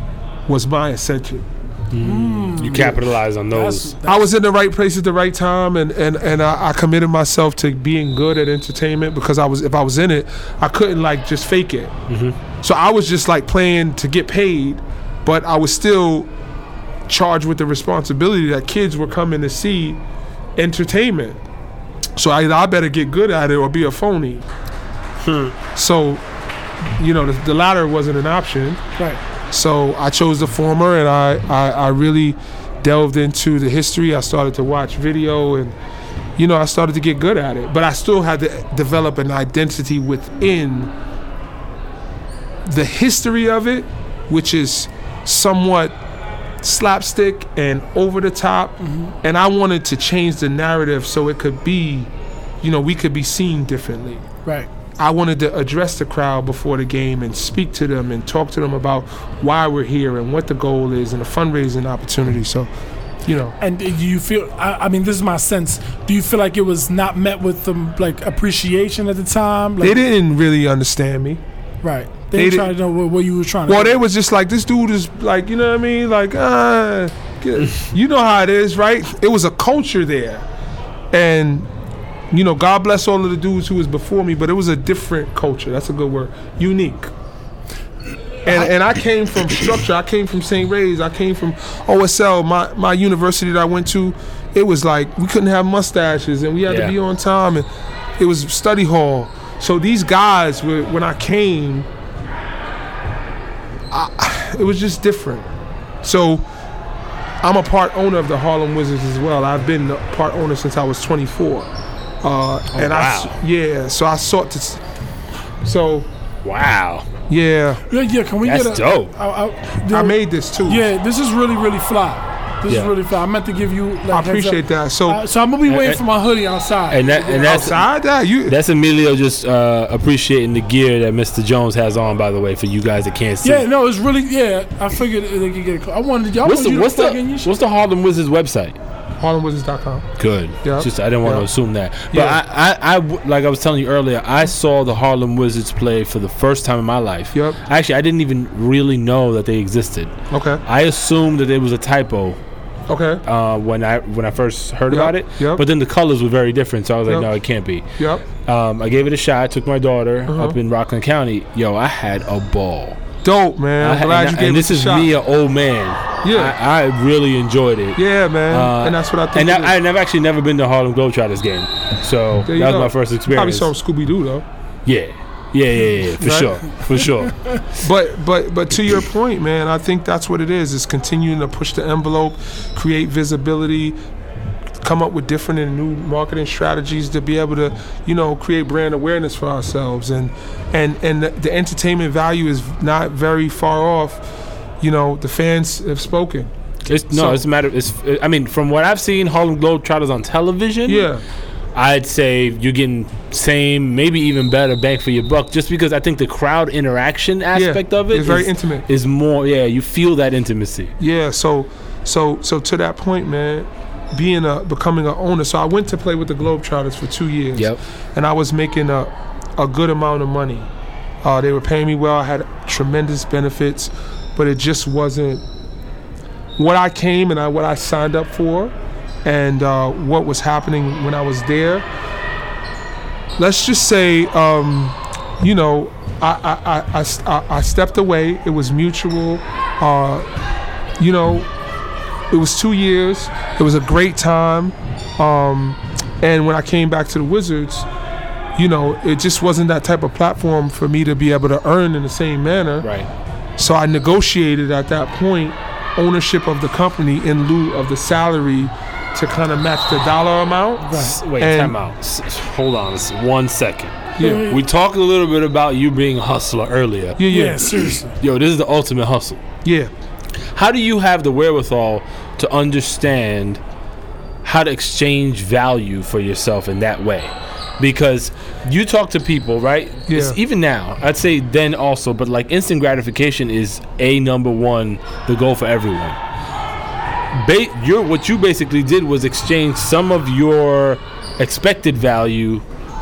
C: was my ascension.
B: You capitalize on
A: That's,
B: those.
A: that's
C: I was in the right place at the right time, and and and I, I committed myself to being good at entertainment because I was if I was in it, I couldn't like just fake it. So I was just like playing to get paid, but I was still charged with the responsibility that kids were coming to see entertainment. So I, I better get good at it or be a phony. So, you know, the, the latter wasn't an option.
A: right.
C: So I chose the former, and I, I, I really delved into the history. I started to watch video, and you know, I started to get good at it. But I still had to develop an identity within the history of it, which is somewhat slapstick and over the top. And I wanted to change the narrative so it could be, you know, we could be seen differently.
A: Right.
C: I wanted to address the crowd before the game and speak to them and talk to them about why we're here and what the goal is and the fundraising opportunity. So, you know,
A: And do you feel? I, I mean, this is my sense. Do you feel like it was not met with um, like appreciation at the time? Like,
C: they didn't really understand me.
A: Right.
C: They
A: They, didn't
C: did-
A: try to know what, what you were trying to.
C: Well,
A: do.
C: they was just like, this dude is like, you know what I mean? Like, uh, get- you know how it is, right? It was a culture there. And, you know, God bless all of the dudes who was before me, but it was a different culture. That's a good word. Unique. And, and I came from structure. I came from St. Ray's. I came from OSL. My my university that I went to, it was like we couldn't have mustaches and we had
B: Yeah.
C: to be on time. And it was study hall. So these guys, were, when I came, I, it was just different. So I'm a part owner of the Harlem Wizards as well. I've been a part owner since I was 24. Uh, and I s-
B: Oh, wow.
C: yeah, so I sought to. s- So
B: Wow.
C: yeah,
A: Yeah, yeah. Can we
B: That's
A: get a,
B: dope.
A: I, I,
C: I
A: dude,
C: made this too.
A: Yeah, this is really really fly. This
B: Yeah.
A: is really fly. I meant to give you. Like,
C: I
A: heads up.
C: appreciate that. So
A: Uh, so I'm gonna be waiting for my hoodie outside.
B: And that and that's
C: outside that, you
B: that's Emilio just uh, appreciating the gear that Mr. Jones has on. By the way, for you guys that can't see.
A: yeah, no, it's really yeah. I figured they could get. A, I wanted y'all.
B: What's
A: wanted
B: the
A: you
B: what's
A: to
B: the
A: plug in your shit.
B: what's the Harlem Wizards website?
C: HarlemWizards.com.
B: Good.
C: Yeah.
B: Just I didn't want
C: Yeah.
B: to assume that. But
C: Yeah.
B: I, I, I w- like I was telling you earlier, I saw the Harlem Wizards play for the first time in my life.
C: Yep.
B: Actually, I didn't even really know that they existed.
C: Okay.
B: I assumed that it was a typo
C: Okay.
B: uh, when I when I first heard
C: Yep.
B: about it.
C: Yep.
B: But then the colors were very different, so I was like,
C: Yep.
B: no, it can't be.
C: Yep.
B: Um, I gave it a shot. I took my daughter
C: Uh-huh.
B: up in Rockland County. Yo, I had a ball.
C: Dope, man.
B: I
C: I'm
B: had-
C: glad
B: Uh, and,
C: you
B: I-
C: gave
B: and
C: it
B: this
C: a
B: is
C: shot.
B: me, an old man.
C: Yeah.
B: I, I really enjoyed it.
C: Yeah, man.
B: Uh,
C: and that's what I
B: And
C: think. it is.
B: I, I've actually never been to Harlem Globetrotters game, so that
C: There
B: was
C: you go.
B: my first
C: Probably
B: experience.
C: saw Scooby Doo though.
B: Yeah, yeah, yeah, yeah, for
C: Right?
B: sure, for sure.
C: But but but to your point, man, I think that's what it is. Is continuing to push the envelope, create visibility, come up with different and new marketing strategies to be able to, you know, create brand awareness for ourselves. And and and the, the entertainment value is not very far off. You know, the fans have spoken.
B: It's, no,
C: So-
B: it's a matter. It's I mean, from what I've seen, Harlem Globetrotters on television.
C: Yeah,
B: I'd say you're getting same, maybe even better bang for your buck, just because I think the crowd interaction aspect of it
C: it's very intimate.
B: is more. Yeah, you feel that intimacy.
C: yeah. So so so to that point, man, being a becoming a owner. So I went to play with the Globetrotters for two years. and I was making a, a good amount of money. Uh, they were paying me well. I had tremendous benefits, but it just wasn't what I came and I, what I signed up for, and uh, what was happening when I was there. Let's just say, um, you know, I, I- I- I s- I- I stepped away. It was mutual. Uh, you know, it was two years. It was a great time. Um, and when I came back to the Wizards, you know, it just wasn't that type of platform for me to be able to earn in the same manner.
B: Right.
C: So I negotiated at that point ownership of the company in lieu of the salary to kind of match the dollar amount.
B: S- Wait,
C: And-
B: time out. S- s- hold on, s- one second.
C: Yeah.
B: We talked a little bit about you being a hustler earlier.
C: Yeah,
A: yeah,
C: yeah,
A: seriously.
B: Yo, this is the ultimate hustle.
C: yeah.
B: How do you have the wherewithal to understand how to exchange value for yourself in that way? Because you talk to people, right? It's-
C: Yeah.
B: even now, I'd say then also, but like instant gratification is a number one, the goal for everyone. Ba- your what you basically did was exchange some of your expected value.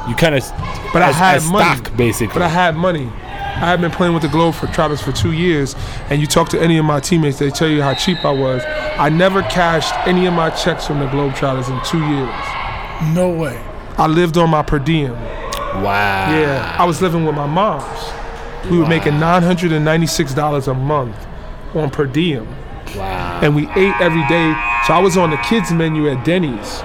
B: You kind of,
C: But I had money.
B: stock basically.
C: But I had money. I had been playing with the Globe for Travis for two years, and you talk to any of my teammates, they tell you how cheap I was. I never cashed any of my checks from the Globe Trotters in two years.
A: No way.
C: I lived on my per diem.
B: wow.
C: Yeah, I was living with my mom's. We were making $996 a month on per diem.
B: Wow.
C: And we ate every day. So I was on the kids' menu at Denny's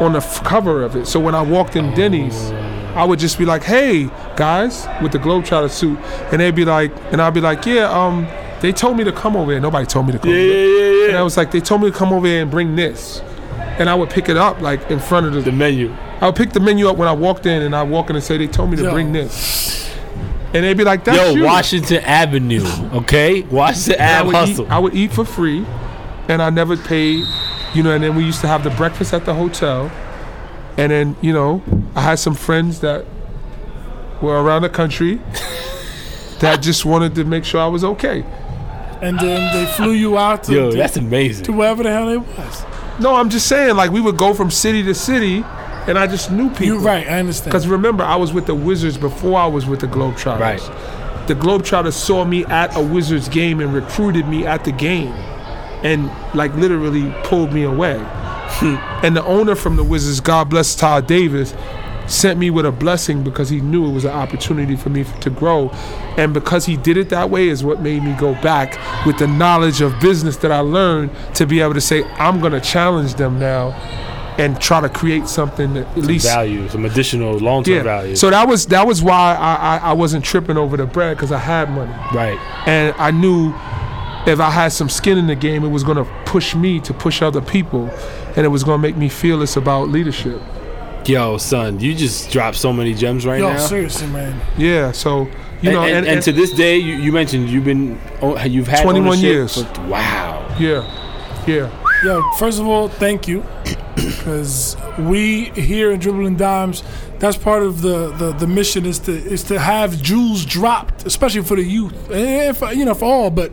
C: on the f- cover of it. So when I walked in Denny's, I would just be like, hey, guys, with the Globetrotter suit. And they'd be like, and I'd be like, yeah, um, they told me to come over here. Nobody told me to come over here.
B: yeah,
C: And I was like, they told me to come over here and bring this. And I would pick it up like in front of the
B: The menu.
C: I'll pick the menu up when I walked in, and I walk in and say they told me to
A: Yo.
C: bring this, and they'd be like, "That's
B: Yo,
C: you."
B: Washington Avenue, okay? Washington
C: And I
B: Ave
C: would
B: hustle.
C: Eat, I would eat for free, and I never paid, you know. And then we used to have the breakfast at the hotel, and then you know I had some friends that were around the country that just wanted to make sure I was okay.
A: And then they flew you out to,
B: Yo,
A: to-
B: that's
A: to
B: amazing.
A: wherever the hell they was.
C: No, I'm just saying, like we would go from city to city, and I just knew people.
A: You're right. I understand.
C: Because remember, I was with the Wizards before I was with the Globetrotters.
B: Right.
C: The Globetrotters saw me at a Wizards game and recruited me at the game and, like, literally pulled me away. and the owner from the Wizards, God bless Todd Davis, sent me with a blessing because he knew it was an opportunity for me f- to grow. And because he did it that way is what made me go back with the knowledge of business that I learned to be able to say, I'm going to challenge them now and try to create something that at least
B: Value, some additional long term
C: yeah.
B: value.
C: So that was that was why I I, I wasn't tripping over the bread because I had money
B: right.
C: and I knew if I had some skin in the game, it was going to push me to push other people, and it was going to make me fearless about leadership.
B: Yo, son, you just dropped so many gems right
A: Yo,
B: now.
A: seriously, man.
C: Yeah, so you know,
B: and, and, and to this day, you, you mentioned you've been oh, you've had
C: 21
B: ownership
C: years.
B: for- wow.
C: yeah, yeah,
A: Yo, first of all, thank you, because we here in Dribbling Dimes, that's part of the, the, the mission is to is to have jewels dropped, especially for the youth, and for, you know for all. But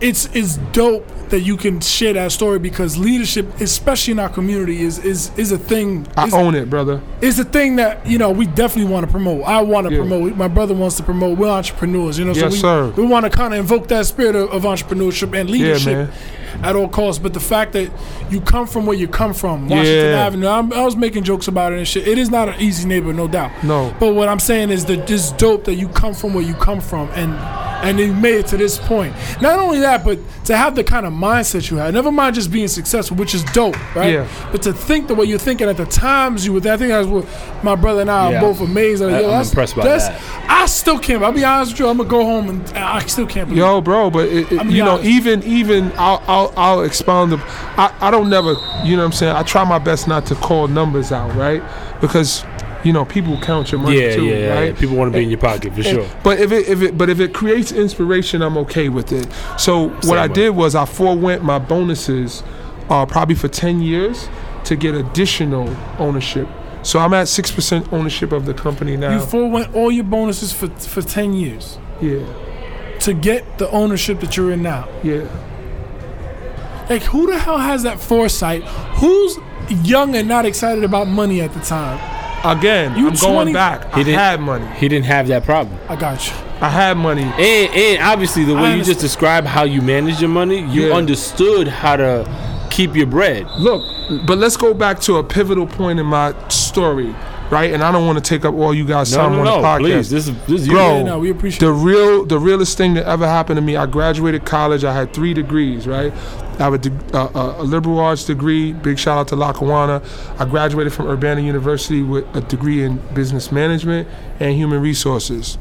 A: it's it's dope that you can share that story because leadership, especially in our community, is is is a thing.
C: I
A: is-
C: own it, brother.
A: it's the thing that you know we definitely want to promote. I want to
C: Yeah.
A: promote. My brother wants to promote. We're entrepreneurs, you know. so
C: Yes,
A: we,
C: sir.
A: We want to kind of invoke that spirit of, of entrepreneurship and leadership at all costs. But the fact that you come from where you come from, Washington
C: Yeah.
A: Avenue, I'm, I was making jokes about it and shit. It is not an easy neighborhood, no doubt.
C: No.
A: But what I'm saying is that it's dope that you come from where you come from and. And you made it to this point. Not only that, but to have the kind of mindset you had. Never mind just being successful, which is dope, right?
C: Yeah.
A: But to think the way you're thinking at the times you were there, I think that's what my brother and I
B: Yeah.
A: are both amazed. Like,
B: I-
A: yo,
B: I'm
A: that's-
B: impressed by
A: that's-
B: that.
A: I still can't. I'll be honest with you. I'm gonna go home and I still can't believe.
C: Yo, bro, but it, it-
A: I'm
C: you know,
A: honest.
C: even even I'll I'll, I'll expound the. I, I don't never, you know, what I'm saying. I try my best not to call numbers out, right? Because you know, people count your money
B: Yeah,
C: too,
B: yeah, yeah,
C: right?
B: yeah. People want to be in your pocket for sure.
C: But if it, if it but if it creates inspiration, I'm okay with it. So what I
B: way.
C: did was I forewent my bonuses, uh, probably for ten years, to get additional ownership. So I'm at six percent ownership of the company now.
A: You forewent all your bonuses for for ten years
C: yeah,
A: to get the ownership that you're in now.
C: yeah,
A: Like, who the hell has that foresight? Who's young and not excited about money at the time?
C: again,
A: You 20
C: I'm going back.
B: He
C: I
B: didn't-
C: had money.
B: He didn't have that problem.
A: I got you.
C: I had money.
B: And, and obviously, the
A: I
B: way you
A: understand.
B: just described how you manage your money, you
C: Yeah.
B: understood how to keep your bread.
C: Look, but let's go back to a pivotal point in my story, right? And I don't want to take up all you guys'
B: No,
C: time
B: no,
C: on
B: no,
C: the podcast.
B: please. This is this is you.
C: Bro.
A: Yeah, no, we appreciate.
C: the
A: it.
C: real, the realest thing that ever happened to me. I graduated college. I had three degrees, right? I have a, de- uh, a, a liberal arts degree. Big shout out to Lackawanna. I graduated from Urbana University with a degree in business management and human resources.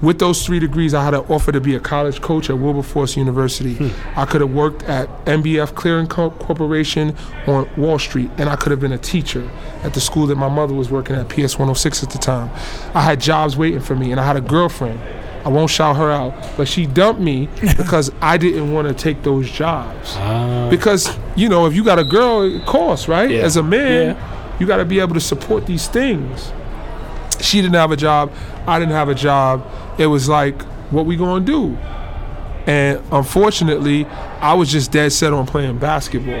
C: With those three degrees, I had an offer to be a college coach at Wilberforce University. I could have worked at MBF Clearing Co- Corporation on Wall Street, and I could have been a teacher at the school that my mother was working at, PS 106 at the time. I had jobs waiting for me, and I had a girlfriend. I won't shout her out, but she dumped me because I didn't want to take those jobs.
B: Ah,
C: Because, you know, if you got a girl, it costs, right?
B: Yeah.
C: As a man,
B: Yeah.
C: you got to be able to support these things she didn't have a job i didn't have a job it was like what we gonna do and unfortunately i was just dead set on playing basketball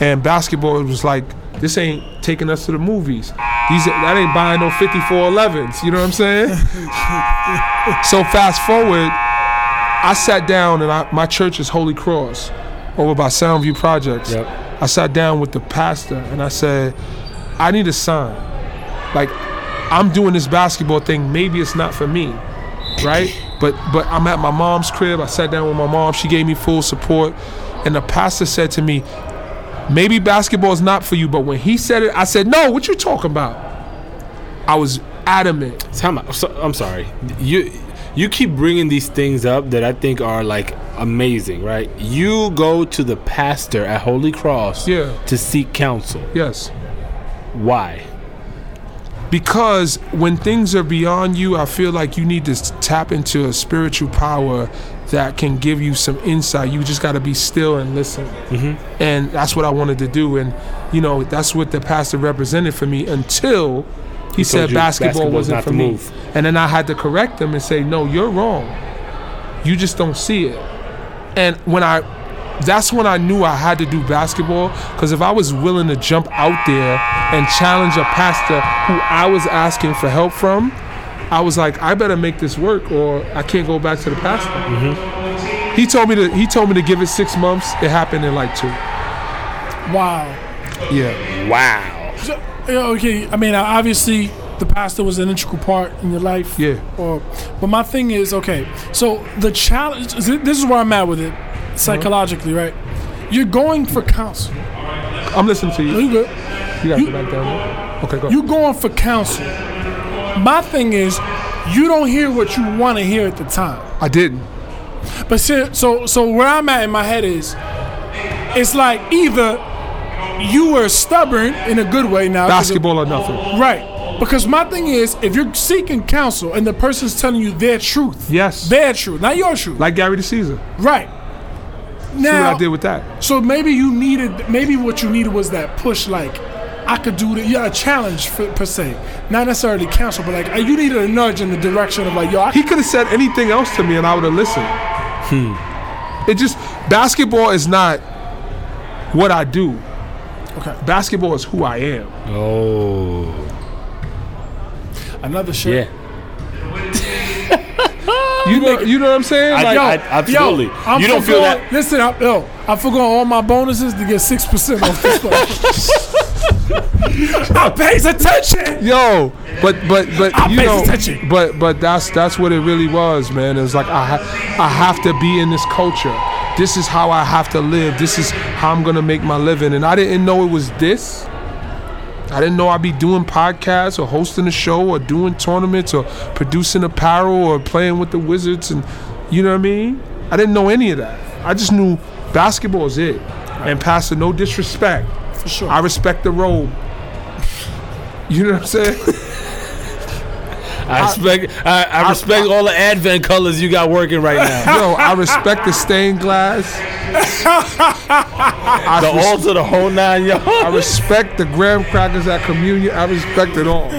C: and basketball was like this ain't taking us to the movies these that ain't buying no 5411s you know what i'm saying so fast forward i sat down and I, my church is holy cross over by soundview projects
B: Yep.
C: i sat down with the pastor and i said i need a sign like I'm doing this basketball thing. Maybe it's not for me, right? But but I'm at my mom's crib. I sat down with my mom. She gave me full support, and the pastor said to me, "Maybe basketball is not for you." But when he said it, I said, "No, what you talking about?" I was adamant.
B: Time out. So, I'm sorry. You you keep bringing these things up that I think are like amazing, right? You go to the pastor at Holy Cross
C: Yeah.
B: to seek counsel.
C: Yes,
B: Why?
C: because when things are beyond you, I feel like you need to s- tap into a spiritual power that can give you some insight. You just got to be still and listen.
B: Mm-hmm.
C: and that's what I wanted to do. And you know, that's what the pastor represented for me until he, said
B: you
C: basketball,
B: basketball's
C: wasn't
B: not
C: for
B: the
C: me.
B: move.
C: And then I had to correct him and say, no, you're wrong. You just don't see it. And when I, that's when I knew I had to do basketball because if I was willing to jump out there and challenge a pastor who I was asking for help from. I was like, I better make this work, or I can't go back to the pastor. He told me to. He told me to give it six months. It happened in like two.
A: Wow.
C: Yeah.
B: Wow.
A: So, yeah, okay. I mean, I- obviously, the pastor was an integral part in your life.
C: Yeah.
A: Or, but my thing is, okay. So the challenge. This is where I'm at with it,
C: Uh-huh.
A: psychologically, right? You're going for counsel.
C: I'm listening to you.
A: You good?
C: You gotta
A: You-
C: go back down there. Okay, go.
A: You going for counsel. My thing is, you don't hear what you want to hear at the time.
C: I didn't.
A: But ser- so so where I'm at in my head is, it's like either you were stubborn in a good way now. 'cause it-
C: Basketball or nothing.
A: right? Because my thing is, if you're seeking counsel and the person's telling you their truth,
C: Yes.
A: their truth, not your truth,
C: Like Gary DeCesar.
A: right?
C: See what
A: Now,
C: I did with that.
A: so maybe you needed, maybe what you needed was that push, like. I could do that. Yeah, a challenge for, per se, not necessarily counsel, but like uh, you needed a nudge in the direction of like, yo, I
C: He could have said anything else to me and I would have listened. It just, basketball is not what I do.
A: Okay.
C: Basketball is who I am.
B: Oh.
A: another shit.
B: Yeah.
C: You know, you know what I'm saying?
B: I-
C: Like,
B: yo, absolutely.
A: I'm
B: You don't feel
A: forgoing-
B: that-
A: Listen, I, yo, I forgot all my bonuses to get six percent off this stuff. I pays attention.
C: yo, but but but
A: I
C: you
A: pays
C: know,
A: attention.
C: but but that's that's what it really was, man. It was like I ha- I have to be in this culture. This is how I have to live. This is how I'm gonna make my living. And I didn't know it was this. I didn't know I'd be doing podcasts or hosting a show or doing tournaments or producing apparel or playing with the Wizards and you know what I mean? I didn't know any of that. I just knew basketball is it. And Pastor, no disrespect. For
A: sure.
C: I respect the robe. You know what I'm saying?
B: I respect. I, I respect all the Advent colors you got working right now.
C: Yo, I respect the stained glass. I,
B: The
C: res-
B: altar, the whole nine
C: I
B: yards.
C: respect the graham crackers at communion. I respect it all.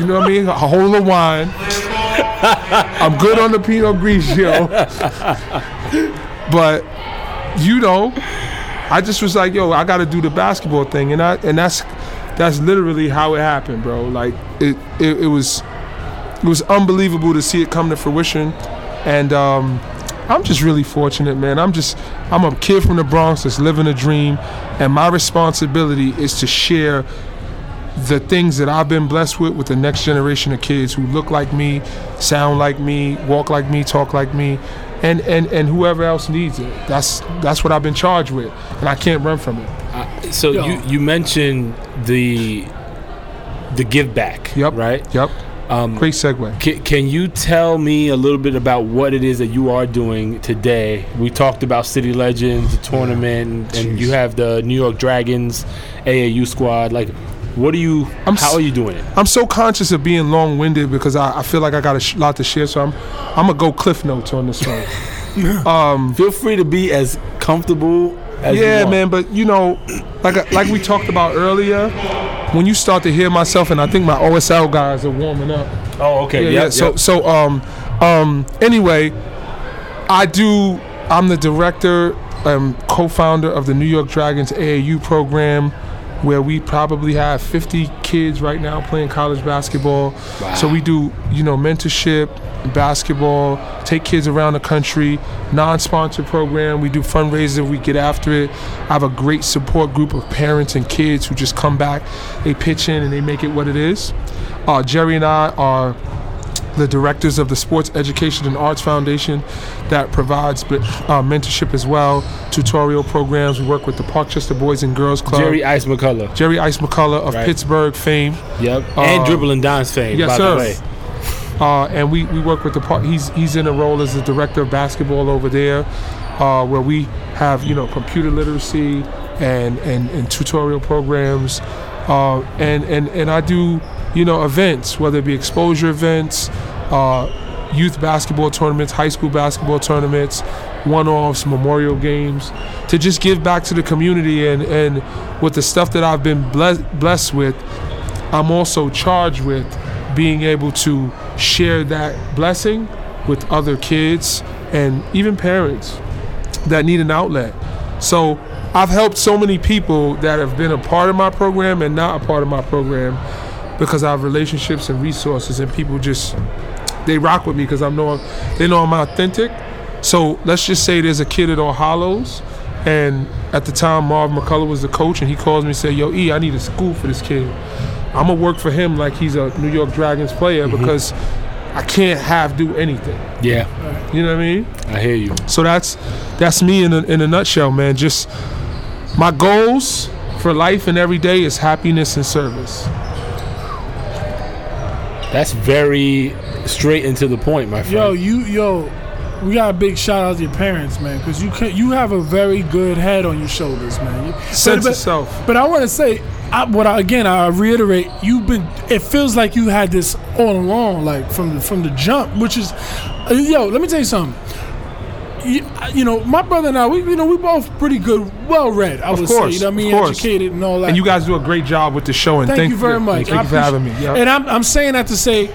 C: you know what I mean? A whole of wine. I'm good on the Pinot Grigio. but you know, I just was like, yo, I got to do the basketball thing, and I and that's that's literally how it happened, bro. Like it it, it was it was unbelievable to see it come to fruition, and um, I'm just really fortunate, man. I'm just I'm a kid from the Bronx that's living a dream, and my responsibility is to share the things that I've been blessed with with the next generation of kids who look like me, sound like me, walk like me, talk like me, and and and whoever else needs it. That's that's what I've been charged with, and I can't run from it.
B: So you you mentioned the the give back.
C: Yep.
B: Right.
C: Yep.
B: Um,
C: Great segue.
B: Can, can you tell me a little bit about what it is that you are doing today? We talked about City Legends, the tournament, and you have the New York Dragons AAU squad. Like, what are you?
C: I'm
B: how
C: s-
B: are you doing it?
C: I'm so conscious of being long-winded because I, I feel like I got a sh- lot to share. So I'm, I'm gonna go cliff notes on this one.
B: Feel free to be as comfortable as you
C: yeah,
B: want.
C: man. But you know, like like we talked about earlier, when you start to hear myself, and I think my OSL guys are warming up.
B: Oh, okay.
C: Yeah, yeah. So so um um anyway, I do I'm the director um co-founder of the New York Dragons AAU program where we probably have 50 kids right now playing college basketball. So we do, you know, mentorship, basketball, take kids around the country, non-sponsored program. We do fundraiser, we get after it. I have a great support group of parents and kids who just come back, they pitch in and they make it what it is. Uh, Jerry and I are the directors of the Sports Education and Arts Foundation that provides uh, mentorship as well, tutorial programs. We work with the Parkchester Boys and Girls Club.
B: Jerry Ice McCullough.
C: Jerry Ice McCullough of
B: Right.
C: Pittsburgh fame.
B: Yep. and
C: Um,
B: dribbling Don's fame.
C: yes,
B: by
C: sir.
B: The way.
C: Uh, and we, we work with the par- he's he's in a role as the director of basketball over there, uh, where we have you know computer literacy and and, and tutorial programs, uh, and and and I do you know events whether it be exposure events, uh, youth basketball tournaments, high school basketball tournaments, one-offs, memorial games, to just give back to the community and and with the stuff that I've been blessed blessed with. I'm also charged with being able to share that blessing with other kids and even parents that need an outlet. So I've helped so many people that have been a part of my program and not a part of my program because I have relationships and resources and people just they rock with me because I know they know I'm authentic. So let's just say there's a kid at All Hollows, and at the time Marv McCullough was the coach, and he calls me and said, "Yo, E, I need a school for this kid. I'm gonna work for him like he's a New York Dragons player
A: Mm-hmm.
C: because I can't have do anything.
B: Yeah.
C: You know what I mean?
B: I hear you.
C: So that's that's me in a, in a nutshell, man. Just my goals for life and every day is happiness and service.
B: That's very straight and to the point, my friend.
A: Yo, you yo, We got a big shout out to your parents, man, because you can, you have a very good head on your shoulders, man. You,
C: Sense
A: but,
C: of self.
A: But I want to say, I, what I, again? I reiterate, you've been. It feels like you had this all along, like from the, from the jump, which is, uh, yo. Let me tell you something. You, you know, my brother and I, we you know, we both pretty good, well read. I
C: Of
A: would say,
C: course,
A: you know, what I mean,
C: of course.
A: educated and all that.
C: And you guys do a great job with the show. And
A: Thank,
C: thank,
A: you very much.
C: Thank
A: I
C: you for having me.
A: appreciate-
C: Yeah.
A: And I'm, I'm saying that to say,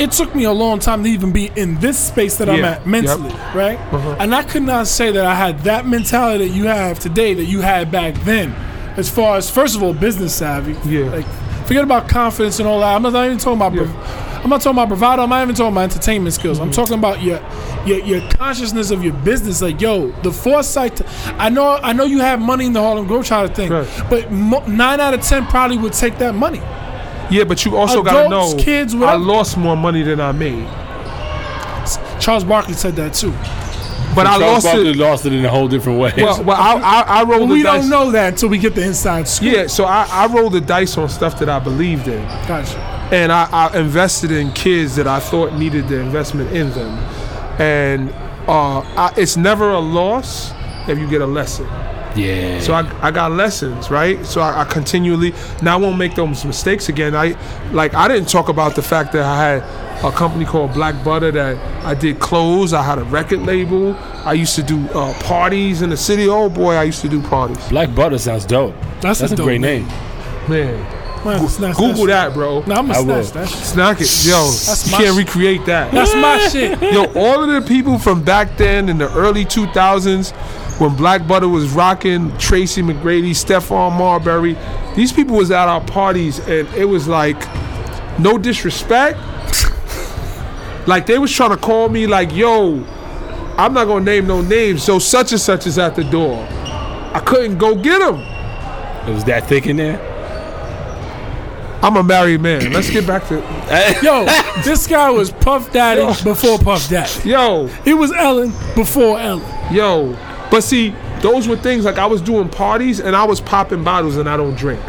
A: it took me a long time to even be in this space that I'm
C: Yeah. Uh-huh.
A: at mentally, right? And I could not say that I had that mentality that you have today that you had back then, as far as first of all business savvy.
C: Yeah.
A: Like, forget about confidence and all that. I'm not even talking about. prov- I'm not talking about bravado. I'm not even talking about entertainment skills.
C: Mm-hmm.
A: I'm talking about your, your your consciousness of your business. Like, yo, the foresight. To, I know. I know you have money in the Harlem Globetrotter thing,
C: Right.
A: but mo- nine out of ten probably would take that money.
C: yeah, but you also got to
A: Adults,
C: know
A: kids,
C: I
A: whatever.
C: lost more money than I made.
A: Charles Barkley said that too.
C: But I
B: Charles
C: lost
B: Barkley
C: it.
B: lost it in a whole different way.
C: Well, well I, I, I rolled
A: we
C: the dice.
A: don't know that until we get the inside scoop.
C: Yeah, so I, I rolled the dice on stuff that I believed in.
A: Gotcha.
C: and I, I invested in kids that I thought needed the investment in them. And uh, I, it's never a loss if you get a lesson.
B: yeah.
C: So I, I got lessons, right? So I, I continually now I won't make those mistakes again. I like I didn't talk about the fact that I had a company called Black Butter that I did clothes. I had a record label. I used to do uh, parties in the city. Oh boy, I used to do parties.
B: Black Butter sounds dope.
A: That's
B: That's,
A: a
B: a,
A: dope
B: great
A: name.
B: name.
C: Man,
A: Well, snatch
C: Google that, bro.
A: No, I'm
B: I
A: gonna
B: will.
A: snatch that. shit.
C: Snack it, yo.
A: That's
C: you
A: my
C: can't
A: shit.
C: recreate that.
A: That's my shit.
C: Yo, all of the people from back then in the early 2000s, when Black Butter was rocking, Tracy McGrady, Stephon Marbury, these people was at our parties, and it was like, no disrespect. like they was trying to call me, like, yo, I'm not gonna name no names. So such and such is at the door. I couldn't go get him.
B: It was that thick in there.
C: I'm a married man. Let's get back to
A: Yo, this guy was Puff Daddy before Puff Daddy.
C: yo.
A: He was Ellen before Ellen.
C: Yo, but see, those were things like I was doing parties and I was popping bottles and I don't drink.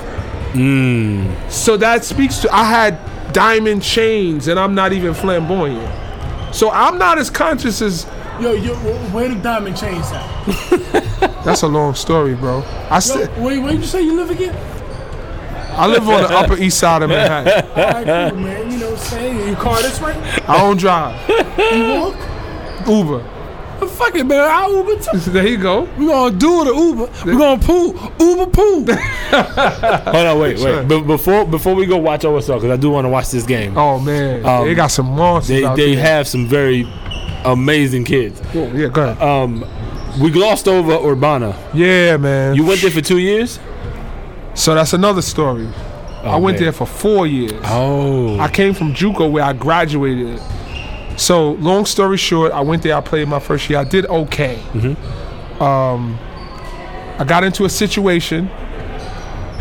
B: Mm.
C: So that speaks to I had diamond chains and I'm not even flamboyant. So I'm not as conscious as
A: Yo, yo, wh- where the diamond chains at?
C: that's a long story, bro. I
A: Yo,
C: st-
A: wait, where you say you live again?
C: I live on the Upper East Side of Manhattan.
A: All right, cool, man. You know what I'm saying? You car this way?
C: I don't drive
A: You walk?
C: Uber.
A: Well, fuck it, man. I Uber too.
C: There you go.
A: We gonna do the Uber. We gonna pool. Uber pool.
B: Hold on, wait, wait. But before before we go watch OSL, because I do want to watch this game.
C: Oh man,
B: Um,
C: they got some monsters
B: they
C: out
B: they
C: there.
B: have some very amazing kids.
C: Whoa, yeah, go ahead.
B: Um, we glossed over Urbana.
C: yeah, man.
B: You went there for two years.
C: so that's another story. I
B: Oh,
C: went
B: man.
C: there for four years.
B: Oh,
C: I came from JUCO where I graduated. So long story short, I went there. I played my first year. I did okay. Um,
A: Mm-hmm.
C: I got into a situation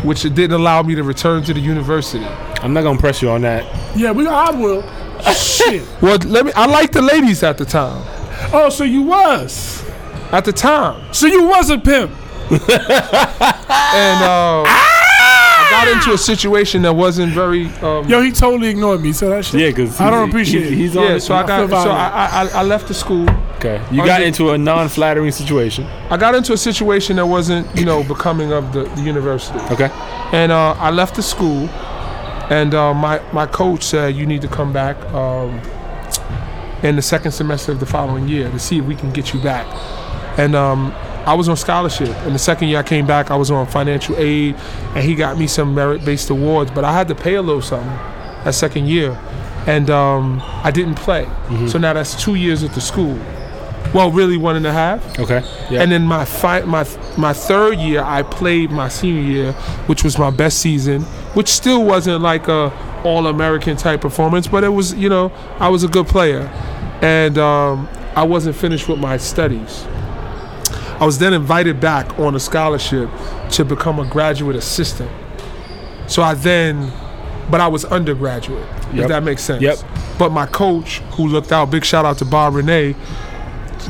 C: which it didn't allow me to return to the university.
B: I'm not gonna press you on that.
A: yeah, we. I will. Shit.
C: Well, let me. I liked the ladies at the time.
A: Oh, so you was.
C: At the time,
A: So you was a pimp.
C: and
A: Ah!
C: uh, I got into a situation that wasn't very. Um,
A: Yo, he totally ignored me. So that shit.
B: Yeah, because
A: I don't appreciate
B: he's,
A: it.
B: He's on
C: yeah,
B: it.
C: so I got.
A: feel
C: So
A: violent.
C: I, I I left the school.
B: okay. You got
C: Hundred-
B: into a non-flattering situation.
C: I got into a situation that wasn't, you know, becoming of the, the university.
B: Okay.
C: And uh, I left the school, and uh, my, my coach said, You need to come back um, in the second semester of the following year to see if we can get you back. And um, I was on scholarship. And the second year I came back, I was on financial aid, and he got me some merit based awards, but I had to pay a little something that second year. And um, I didn't play. So now that's two years at the school. Well, really, one and a half.
B: Okay. Yeah.
C: And then my fi- my my third year, I played my senior year, which was my best season, which still wasn't like a all American type performance, but it was you know I was a good player, and um, I wasn't finished with my studies. I was then invited back on a scholarship to become a graduate assistant. So I then, but I was undergraduate. If
B: Yep.
C: that makes sense.
B: Yep.
C: But my coach, who looked out, big shout out to Bob Renee,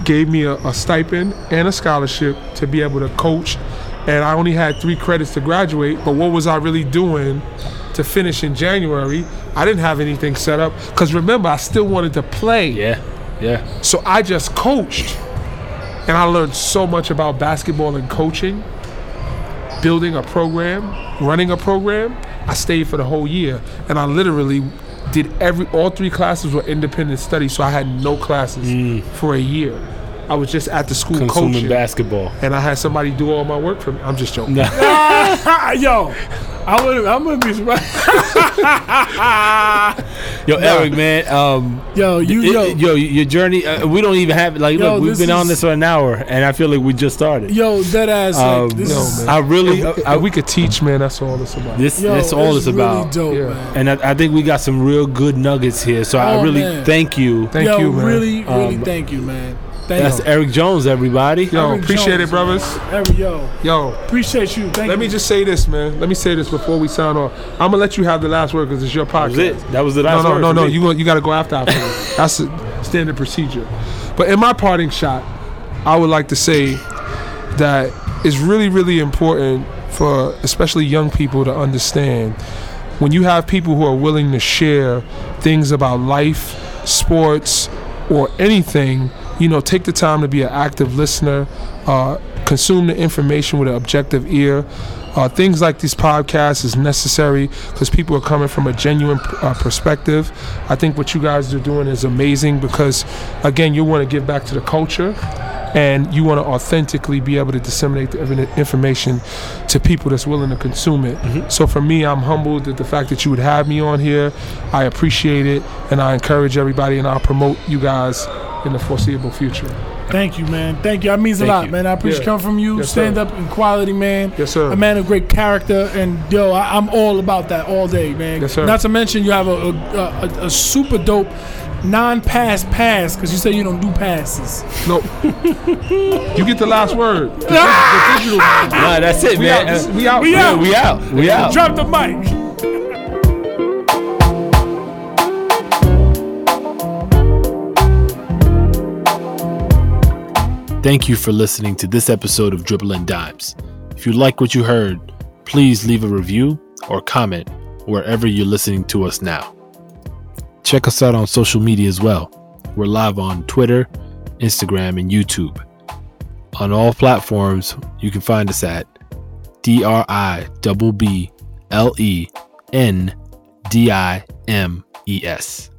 C: gave me a, a stipend and a scholarship to be able to coach. And I only had three credits to graduate, but what was I really doing to finish in January? I didn't have anything set up because remember, I still wanted to play.
B: yeah. Yeah.
C: So I just coached, and I learned so much about basketball and coaching, building a program, running a program. I stayed for the whole year, and I literally did every all three classes were independent study, so I had no classes for a year. I was just at the school
B: Mm. Consuming
C: coaching,
B: basketball.
C: and I had somebody do all my work for me. I'm just joking.
A: Yo, I would. I'm gonna be surprised.
B: Yo, Eric, man. Um,
A: Yo, you.
B: it-
A: yo,
B: it- yo, your journey. Uh, we don't even have like.
A: Yo,
B: look, we've
A: this
B: been on
A: is-
B: this for an hour, and I feel like we just started.
A: yo, that ass.
B: Um,
A: like, this
C: no,
A: is,
C: man.
B: I really.
C: If-
B: I,
C: if we could teach, man. That's all it's about.
B: this.
A: yo,
B: that's all it's
A: really
B: about.
A: Dope,
C: Yeah.
A: man.
B: And I, I think we got some real good nuggets here. So I
A: Oh,
B: really
A: man.
B: thank you.
C: Thank
A: yo,
C: you, man.
A: really, really,
B: Um,
A: thank you, man. Thank
B: That's
A: you.
B: Eric Jones, everybody.
C: Yo,
A: Eric
C: appreciate
A: Jones,
C: it, brothers.
A: Every, yo,
C: Yo,
A: appreciate you. Thank you.
C: Let me just say this, man. Let me say this before we sign off. I'm gonna let you have the last word because it's your podcast.
B: That was it. That was the
C: No,
B: last
C: no,
B: word
C: no,
B: for
C: no.
B: me.
C: You go, you gotta go after. after me. That's a standard procedure. But in my parting shot, I would like to say that it's really, really important for especially young people to understand when you have people who are willing to share things about life, sports, or anything, you know, take the time to be an active listener, uh, consume the information with an objective ear. Uh, things like these podcasts is necessary because people are coming from a genuine uh, perspective. I think what you guys are doing is amazing because, again, you want to give back to the culture and you want to authentically be able to disseminate the evident- information to people that's willing to consume it. So for me, I'm humbled at the fact that you would have me on here. I appreciate it, and I encourage everybody, and I'll promote you guys in the foreseeable future.
A: Thank you, man. Thank you. That means
B: Thank
A: a lot,
B: you.
A: man. I appreciate
C: Yeah.
A: coming from you.
C: Yes,
A: Stand
C: sir.
A: up in quality, man.
C: Yes, sir.
A: A man of great character, and yo, I, I'm all about that all day, man.
C: Yes, sir.
A: Not to mention you have a a, a, a- a super dope non-pass pass because you say you don't do passes.
C: No, you get the last word. The, dig- the digital.
B: Nah, that's it,
C: We
B: Ah! man.
C: out.
B: Uh,
C: We out.
A: We out.
B: We out. We out.
A: Drop the mic.
B: Thank you for listening to this episode of Dribble and Dimes. If you like what you heard, please leave a review or comment wherever you're listening to us now. Check us out on social media as well. We're live on Twitter, Instagram, and YouTube. On all platforms, you can find us at D R I B B L E N D I M E S.